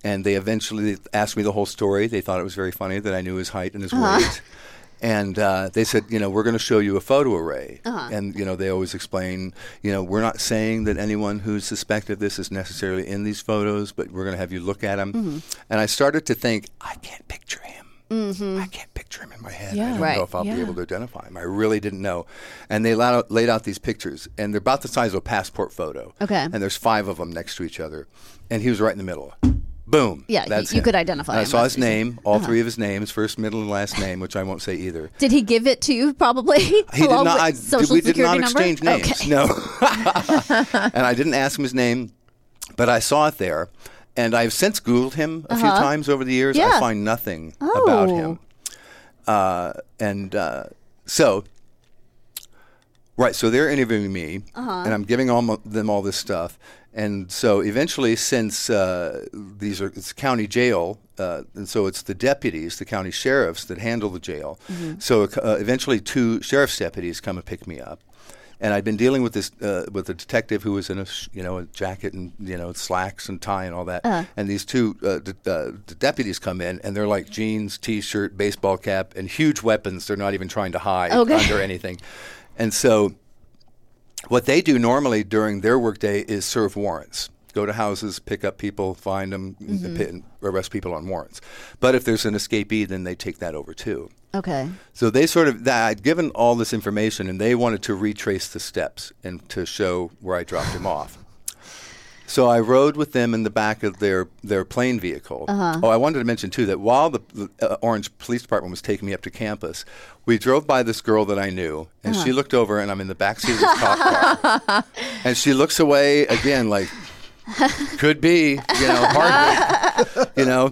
[SPEAKER 5] And they eventually asked me the whole story. They thought it was very funny that I knew his height and his
[SPEAKER 7] Uh-huh.
[SPEAKER 5] weight. And uh, they said, you know, we're going to show you a photo array.
[SPEAKER 7] Uh-huh.
[SPEAKER 5] And, you know, they always explain, you know, we're not saying that anyone who's suspected of this is necessarily in these photos, but we're going to have you look at them.
[SPEAKER 7] Mhm.
[SPEAKER 5] And I started to think, I can't picture
[SPEAKER 7] Mm-hmm. I
[SPEAKER 5] can't picture him in my head.
[SPEAKER 7] Yeah.
[SPEAKER 5] I don't
[SPEAKER 7] right.
[SPEAKER 5] know if I'll
[SPEAKER 7] yeah.
[SPEAKER 5] be able to identify him. I really didn't know. And they laid out, laid out these pictures, and they're about the size of a passport photo.
[SPEAKER 6] Okay.
[SPEAKER 5] And there's five of them next to each other. And he was right in the middle. Boom.
[SPEAKER 6] Yeah, y-
[SPEAKER 5] That's
[SPEAKER 6] you
[SPEAKER 5] him.
[SPEAKER 6] could identify
[SPEAKER 5] And I
[SPEAKER 6] him.
[SPEAKER 5] saw
[SPEAKER 6] That's
[SPEAKER 5] his name, all
[SPEAKER 6] Uh-huh.
[SPEAKER 5] three of his names, first, middle, and last name, which I won't say either.
[SPEAKER 6] Did he give it to you? Probably. He
[SPEAKER 5] He did not. I, did-
[SPEAKER 6] social
[SPEAKER 5] we did
[SPEAKER 6] security
[SPEAKER 5] not
[SPEAKER 6] number?
[SPEAKER 5] exchange names.
[SPEAKER 6] Okay.
[SPEAKER 5] No, and I didn't ask him his name, but I saw it there, and I've since Googled him a few
[SPEAKER 7] Uh-huh.
[SPEAKER 5] times over the years.
[SPEAKER 7] Yeah. Oh.
[SPEAKER 5] I find nothing about him, uh, and uh, so right. So they're interviewing me,
[SPEAKER 7] Uh-huh.
[SPEAKER 5] and I'm giving all mo- them all this stuff. And so eventually, since uh, these are it's county jail, uh, and so it's the deputies, the county sheriffs that handle the jail.
[SPEAKER 7] Mhm.
[SPEAKER 5] So uh, eventually, two sheriff's deputies come and pick me up, and I'd been dealing with this uh, with a detective who was in a sh- you know a jacket and you know slacks and tie and all that.
[SPEAKER 7] Uh-huh.
[SPEAKER 5] And these two uh, d- uh, d- deputies come in, and they're like jeans, t-shirt, baseball cap, and huge weapons. They're not even trying to hide
[SPEAKER 7] Okay.
[SPEAKER 5] under anything, and so what they do normally during their workday is serve warrants. Go to houses, pick up people, find them,
[SPEAKER 7] Mm-hmm.
[SPEAKER 6] Mhm.
[SPEAKER 5] and arrest people on warrants. But if there's an escapee, then they take that over too.
[SPEAKER 6] Okay.
[SPEAKER 5] So they sort of that I'd given all this information, and they wanted to retrace the steps and to show where I dropped him off. So I rode with them in the back of their their plane vehicle.
[SPEAKER 7] Uh-huh.
[SPEAKER 5] Oh, I wanted to mention too that while the, the uh, Orange Police Department was taking me up to campus, we drove by this girl that I knew, and she
[SPEAKER 7] Uh-huh.
[SPEAKER 5] looked over, and I'm in the back seat of this cop car, and she looks away again, like could be, you know, hardly, you know.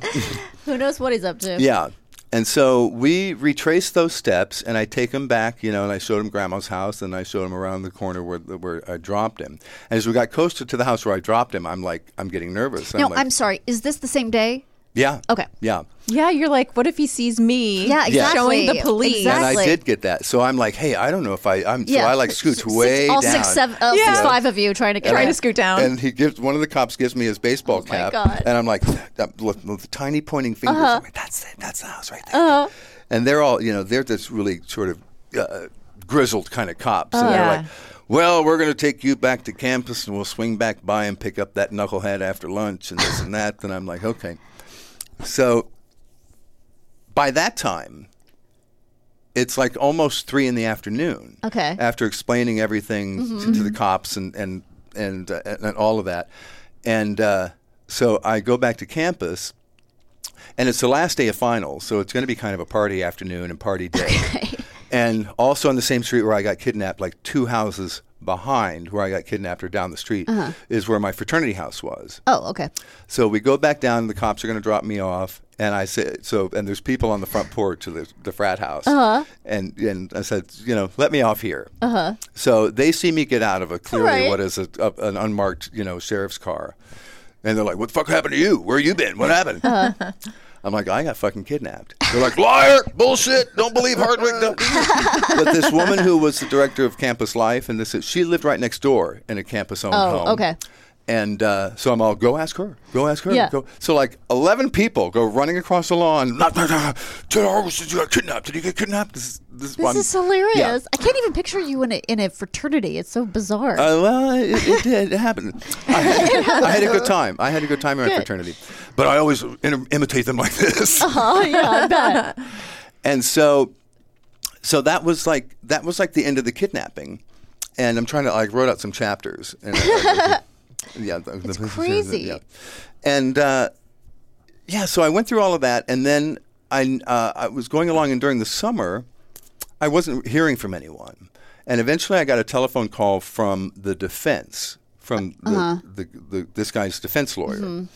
[SPEAKER 6] Who knows what he's up to?
[SPEAKER 5] Yeah. And so we retraced those steps, and I take him back, you know, and I showed him grandma's house, and I showed him around the corner where, where I dropped him. And as we got closer to the house where I dropped him, I'm like, I'm getting nervous.
[SPEAKER 6] No,
[SPEAKER 5] like,
[SPEAKER 6] I'm sorry. Is this the same day?
[SPEAKER 5] yeah,
[SPEAKER 6] Okay.
[SPEAKER 5] yeah.
[SPEAKER 2] Yeah, you're like, what if he sees me?
[SPEAKER 6] Yeah,
[SPEAKER 5] Yeah.
[SPEAKER 2] Showing the police.
[SPEAKER 5] And I did get that. So I'm like, hey, I don't know if I, I'm,
[SPEAKER 6] Yeah.
[SPEAKER 5] so I like scooch way
[SPEAKER 6] all
[SPEAKER 5] down.
[SPEAKER 6] six, seven, uh,
[SPEAKER 5] Yeah.
[SPEAKER 6] six, five of you trying to get it.
[SPEAKER 5] And he gives, one of the cops gives me his baseball
[SPEAKER 6] my
[SPEAKER 5] cap.
[SPEAKER 6] God.
[SPEAKER 5] And I'm like, that, look, look, the tiny pointing fingers.
[SPEAKER 7] Uh-huh.
[SPEAKER 5] I'm like, that's it, that's the house right there.
[SPEAKER 7] Uh-huh.
[SPEAKER 5] and they're all you know they're just really sort of uh, grizzled kind of cops and
[SPEAKER 7] Uh.
[SPEAKER 5] they're
[SPEAKER 6] Uh-huh.
[SPEAKER 7] Yeah.
[SPEAKER 5] like well we're going to take you back to campus and we'll swing back by and pick up that knucklehead after lunch and this and that and i'm like okay so by that time it's like almost three in the afternoon
[SPEAKER 6] Okay.
[SPEAKER 5] after explaining everything to-
[SPEAKER 6] Mhm.
[SPEAKER 5] to, the cops and and and, uh, and and all of that, and uh, so I go back to campus, and it's the last day of finals, so it's going to be kind of a party afternoon and party day, and also on the same street where I got kidnapped, like two houses behind where I got kidnapped or down the street
[SPEAKER 6] Uh-huh.
[SPEAKER 5] is where my fraternity house was.
[SPEAKER 6] Oh, okay.
[SPEAKER 5] So we go back down. The cops are going to drop me off, and I said so. And there's people on the front porch of the, the frat house,
[SPEAKER 6] Uh-huh.
[SPEAKER 5] and and I said, you know, let me off here.
[SPEAKER 6] Uh huh.
[SPEAKER 5] So they see me get out of a clearly
[SPEAKER 6] Right.
[SPEAKER 5] what is a, a, an unmarked, you know, sheriff's car, and they're like, "What the fuck happened to you? Where you been? What happened?"
[SPEAKER 6] Uh-huh.
[SPEAKER 5] I'm like, "I got fucking kidnapped." They're like, "Liar, bullshit! Don't believe Hardwick." Don't believe it." but this woman who was the director of campus life, and this she lived right next door in a campus-owned
[SPEAKER 6] Oh,
[SPEAKER 5] home.
[SPEAKER 6] okay.
[SPEAKER 5] And uh, so I'm all, go ask her, go ask her.
[SPEAKER 7] Yeah.
[SPEAKER 5] Go. So like 11 people go running across the lawn. Knock, knock, knock. Ted Horowitz, did you get kidnapped? Did you get kidnapped? This, is- this, is
[SPEAKER 6] This
[SPEAKER 5] one-
[SPEAKER 6] is hilarious.
[SPEAKER 5] Yeah.
[SPEAKER 6] I can't even picture you in a, in a fraternity. It's so bizarre.
[SPEAKER 5] Uh, well, it, it did. It happened. I had, I had a good time. I had a good time in my
[SPEAKER 6] Good.
[SPEAKER 5] fraternity, but I always in, imitate them like this.
[SPEAKER 6] oh, yeah, I bet.
[SPEAKER 5] And so, so that was like that was like the end of the kidnapping, and I'm trying to like wrote out some chapters. And I- I- yeah, it's
[SPEAKER 6] crazy.
[SPEAKER 5] And uh, yeah, so I went through all of that, and then I uh, I was going along, and during the summer, I wasn't hearing from anyone, and eventually I got a telephone call from the defense from the,
[SPEAKER 6] Uh-huh.
[SPEAKER 5] the, the, this guy's defense lawyer.
[SPEAKER 6] Mhm.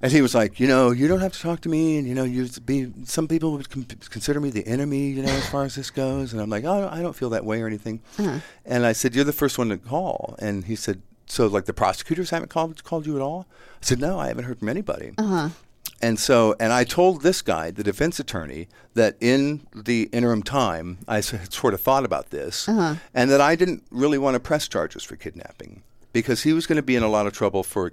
[SPEAKER 5] And he was like, you know, you don't have to talk to me, and you know, you just be. Some people would con- consider me the enemy, you know, as far as this goes. And I'm like, oh, I don't feel that way or anything.
[SPEAKER 6] Uh-huh.
[SPEAKER 5] And I said, you're the first one to call. And he said, so like the prosecutors haven't called called you at all. I said, no, I haven't heard from anybody.
[SPEAKER 6] Uh-huh.
[SPEAKER 5] And so, and I told this guy, the defense attorney, that in the interim time, I s- had sort of thought about this,
[SPEAKER 6] Uh-huh.
[SPEAKER 5] and that I didn't really want to press charges for kidnapping because he was going to be in a lot of trouble for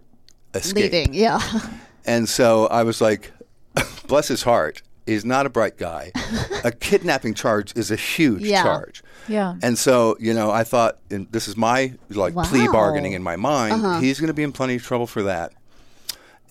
[SPEAKER 5] escape.
[SPEAKER 6] Leaving, yeah.
[SPEAKER 5] And so I was like, bless his heart, he's not a bright guy. a kidnapping charge is a huge
[SPEAKER 2] Yeah.
[SPEAKER 5] charge.
[SPEAKER 2] Yeah.
[SPEAKER 5] And so, you know, I thought, and this is my like plea
[SPEAKER 2] Wow.
[SPEAKER 5] bargaining in my mind.
[SPEAKER 2] Uh-huh.
[SPEAKER 5] He's going to be in plenty of trouble for that.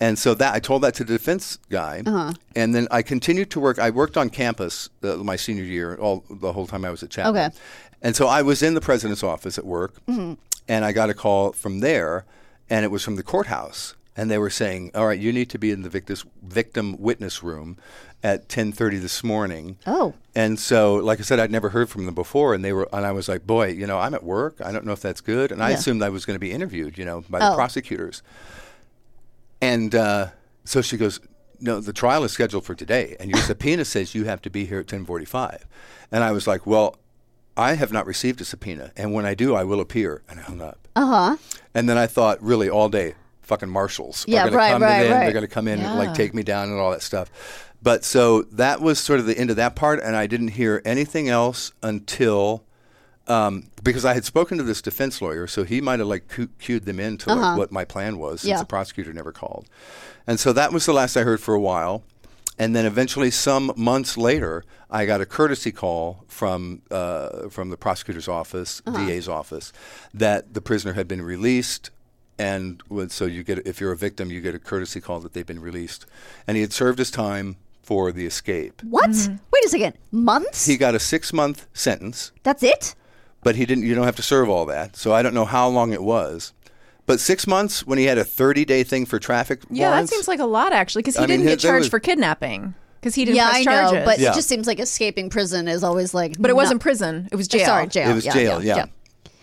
[SPEAKER 5] And so that I told that to the defense guy,
[SPEAKER 6] Uh-huh.
[SPEAKER 5] and then I continued to work. I worked on campus uh, my senior year, all the whole time I was at Chapman.
[SPEAKER 6] Okay.
[SPEAKER 5] And so I was in the president's office at work,
[SPEAKER 6] Mhm.
[SPEAKER 5] and I got a call from there, and it was from the courthouse, and they were saying, "All right, you need to be in the victus, victim witness room at 10:30 this morning."
[SPEAKER 6] Oh.
[SPEAKER 5] And so, like I said, I'd never heard from them before, and they were, and I was like, "Boy, you know, I'm at work. I don't know if that's good." And I
[SPEAKER 6] Yeah.
[SPEAKER 5] assumed I was going to be interviewed, you know, by
[SPEAKER 6] Oh.
[SPEAKER 5] the prosecutors. And uh, so she goes, "No, the trial is scheduled for today, and your subpoena says you have to be here at 10:45." And I was like, "Well, I have not received a subpoena, and when I do, I will appear." And I hung up.
[SPEAKER 6] Uh huh.
[SPEAKER 5] And then I thought, really, all day, fucking marshals
[SPEAKER 6] Yeah,
[SPEAKER 5] are gonna
[SPEAKER 6] right,
[SPEAKER 5] come
[SPEAKER 6] right,
[SPEAKER 5] in.
[SPEAKER 6] right.
[SPEAKER 5] They're going to come in and
[SPEAKER 6] Yeah.
[SPEAKER 5] like take me down and all that stuff. But so that was sort of the end of that part, and I didn't hear anything else until um, because I had spoken to this defense lawyer, so he might have like cu- cued them into
[SPEAKER 6] Uh-huh.
[SPEAKER 5] like, what my plan was since
[SPEAKER 6] Yeah.
[SPEAKER 5] the prosecutor never called. And so that was the last I heard for a while. And then eventually, some months later, I got a courtesy call from uh, from the prosecutor's office,
[SPEAKER 7] Uh-huh.
[SPEAKER 5] DA's office, that the prisoner had been released, and would, so you get if you're a victim, you get a courtesy call that they've been released, and he had served his time for the escape.
[SPEAKER 6] What? Wait a second. Months?
[SPEAKER 5] He got a six month sentence
[SPEAKER 6] That's it?
[SPEAKER 5] but he didn't. You don't have to serve all that, so I don't know how long it was. But six months when he had a thirty-day thing for traffic
[SPEAKER 2] Yeah,
[SPEAKER 5] warrants.
[SPEAKER 2] that seems like a lot actually, because he
[SPEAKER 5] I mean,
[SPEAKER 2] didn't
[SPEAKER 5] he-
[SPEAKER 2] get
[SPEAKER 5] there
[SPEAKER 2] charged
[SPEAKER 5] was-
[SPEAKER 2] for kidnapping because he didn't
[SPEAKER 6] yeah,
[SPEAKER 2] press
[SPEAKER 6] I
[SPEAKER 2] charges.
[SPEAKER 6] know, but
[SPEAKER 5] Yeah.
[SPEAKER 6] it just seems like escaping prison is always like.
[SPEAKER 2] But it wasn't
[SPEAKER 6] not-
[SPEAKER 2] prison; it was
[SPEAKER 6] Oh,
[SPEAKER 2] Uh, jail.
[SPEAKER 6] Sorry, jail.
[SPEAKER 5] it was jail. Yeah,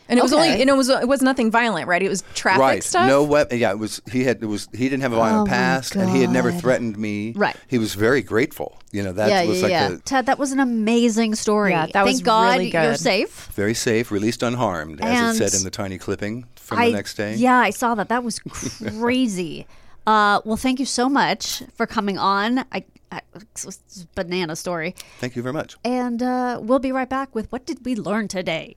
[SPEAKER 2] and it was only
[SPEAKER 6] Okay.
[SPEAKER 2] and it was it was nothing violent, right? It was traffic
[SPEAKER 5] right.
[SPEAKER 2] stuff.
[SPEAKER 5] No weapon. Yeah, it was. He had. It was. He didn't have a
[SPEAKER 6] Oh
[SPEAKER 5] violent
[SPEAKER 6] my
[SPEAKER 5] past, and he had never
[SPEAKER 6] God.
[SPEAKER 5] threatened me.
[SPEAKER 6] Right.
[SPEAKER 5] He was very grateful. You know, that
[SPEAKER 6] yeah,
[SPEAKER 5] was
[SPEAKER 6] yeah,
[SPEAKER 5] like
[SPEAKER 6] yeah.
[SPEAKER 5] the
[SPEAKER 6] Ted, that was an amazing story.
[SPEAKER 2] Yeah, that
[SPEAKER 6] Thank
[SPEAKER 2] was
[SPEAKER 6] God
[SPEAKER 2] really
[SPEAKER 6] you're
[SPEAKER 2] good.
[SPEAKER 6] safe.
[SPEAKER 5] very safe, released unharmed, as it
[SPEAKER 6] And
[SPEAKER 5] said in the tiny clipping from
[SPEAKER 6] I,
[SPEAKER 5] the next day.
[SPEAKER 6] Yeah, I saw that. That was crazy. uh, well, thank you so much for coming on. I, I it's a banana story.
[SPEAKER 5] Thank you very much.
[SPEAKER 6] And uh, we'll be right back with what did we learn today?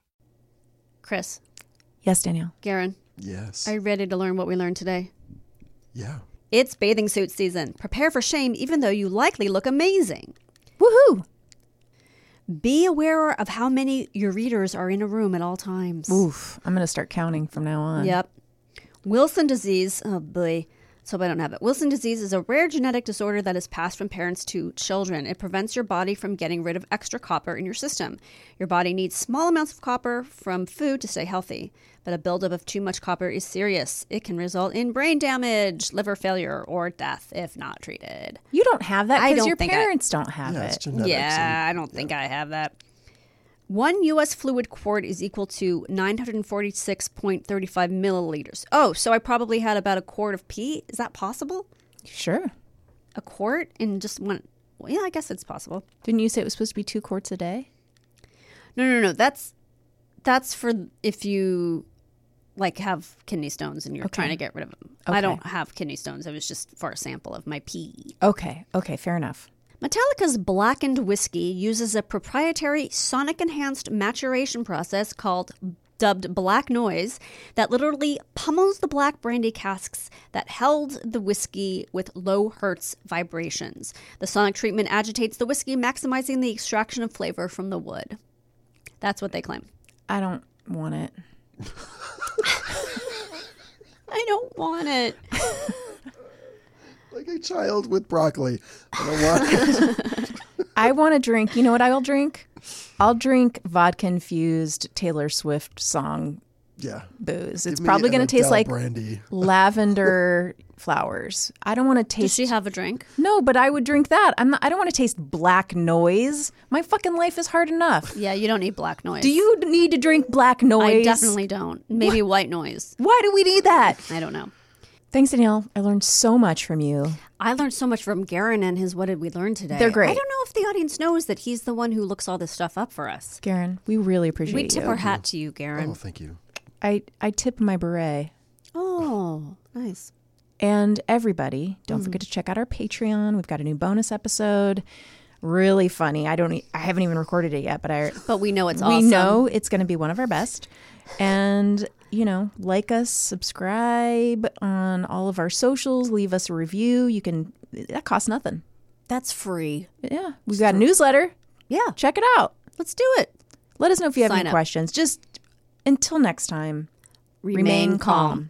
[SPEAKER 1] Chris,
[SPEAKER 2] Yes, Danielle.
[SPEAKER 1] Garen.
[SPEAKER 4] Yes.
[SPEAKER 1] Are you ready to learn what we learned today?
[SPEAKER 4] Yeah.
[SPEAKER 1] It's bathing suit season. Prepare for shame even though you likely look amazing.
[SPEAKER 2] Woohoo!
[SPEAKER 1] Be aware of how many your readers are in a room at all times.
[SPEAKER 2] Oof, I'm going to start counting from now on.
[SPEAKER 1] Yep. Wilson disease. Oh boy. Let's hope I don't have it. Wilson disease is a rare genetic disorder that is passed from parents to children. It prevents your body from getting rid of extra copper in your system. Your body needs small amounts of copper from food to stay healthy, but a buildup of too much copper is serious. It can result in brain damage, liver failure, or death if not treated.
[SPEAKER 2] You don't have that
[SPEAKER 1] I
[SPEAKER 2] because
[SPEAKER 1] don't
[SPEAKER 2] your
[SPEAKER 1] think I-
[SPEAKER 2] parents don't have it.
[SPEAKER 1] yeah, I don't think I have that. One U.S. fluid quart is equal to 946.35 milliliters. Oh, so I probably had about a quart of pee. Is that possible?
[SPEAKER 2] Sure.
[SPEAKER 1] A quart and just one. Well, yeah, I guess it's possible.
[SPEAKER 2] Didn't you say it was supposed to be two quarts a day?
[SPEAKER 1] No, no, no. That's that's for if you like have kidney stones and you're
[SPEAKER 2] Okay.
[SPEAKER 1] trying to get rid of them.
[SPEAKER 2] Okay.
[SPEAKER 1] I don't have kidney stones. It was just for a sample of my pee.
[SPEAKER 2] Okay. Okay. Fair enough.
[SPEAKER 1] Metallica's blackened whiskey uses a proprietary sonic enhanced maturation process called dubbed black noise that literally pummels the black brandy casks that held the whiskey with low hertz vibrations. The sonic treatment agitates the whiskey maximizing the extraction of flavor from the wood. That's what they claim.
[SPEAKER 2] I don't want it.
[SPEAKER 1] I don't want it.
[SPEAKER 4] Like a child with broccoli. I don't want it.
[SPEAKER 2] I want to drink. You know what I will drink? I'll drink vodka infused Taylor Swift song.
[SPEAKER 4] Yeah.
[SPEAKER 2] Booze.
[SPEAKER 4] Give
[SPEAKER 2] it's
[SPEAKER 4] me
[SPEAKER 2] probably
[SPEAKER 4] an
[SPEAKER 2] going to taste
[SPEAKER 4] Adele
[SPEAKER 2] like
[SPEAKER 4] brandy.
[SPEAKER 2] lavender flowers. I don't want to taste.
[SPEAKER 1] Does she have a drink?
[SPEAKER 2] No, but I would drink that. I'm not. I don't want to taste black noise. My fucking life is hard enough.
[SPEAKER 1] Yeah, you don't need black noise.
[SPEAKER 2] Do you need to drink black noise?
[SPEAKER 1] I definitely don't. Maybe white noise.
[SPEAKER 2] Why do we need that?
[SPEAKER 1] I don't know.
[SPEAKER 2] Thanks, Danielle. I learned so much from you.
[SPEAKER 1] I learned so much from Garen and his What Did We Learn Today.
[SPEAKER 2] They're great.
[SPEAKER 1] I don't know if the audience knows that he's the one who looks all this stuff up for us.
[SPEAKER 2] Garen, we really appreciate
[SPEAKER 1] we tip
[SPEAKER 2] you.
[SPEAKER 1] our hat to you, Garen.
[SPEAKER 4] thank you.
[SPEAKER 2] I, I tip my beret.
[SPEAKER 1] Oh, nice.
[SPEAKER 2] And everybody, don't
[SPEAKER 1] Mm-hmm.
[SPEAKER 2] forget to check out our Patreon. We've got a new bonus episode. Really funny. I don't. e- I haven't even recorded it yet, but I.
[SPEAKER 1] But we know it's
[SPEAKER 2] we
[SPEAKER 1] awesome.
[SPEAKER 2] know it's going to be one of our best. And you know, like us, subscribe on all of our socials. Leave us a review. You can. That costs nothing.
[SPEAKER 1] That's free.
[SPEAKER 2] Yeah, we've got a newsletter.
[SPEAKER 1] Yeah,
[SPEAKER 2] check it out.
[SPEAKER 1] Let's do it.
[SPEAKER 2] Let us know if you have
[SPEAKER 1] Sign
[SPEAKER 2] any
[SPEAKER 1] up.
[SPEAKER 2] questions. Just until next time,
[SPEAKER 1] Remain calm.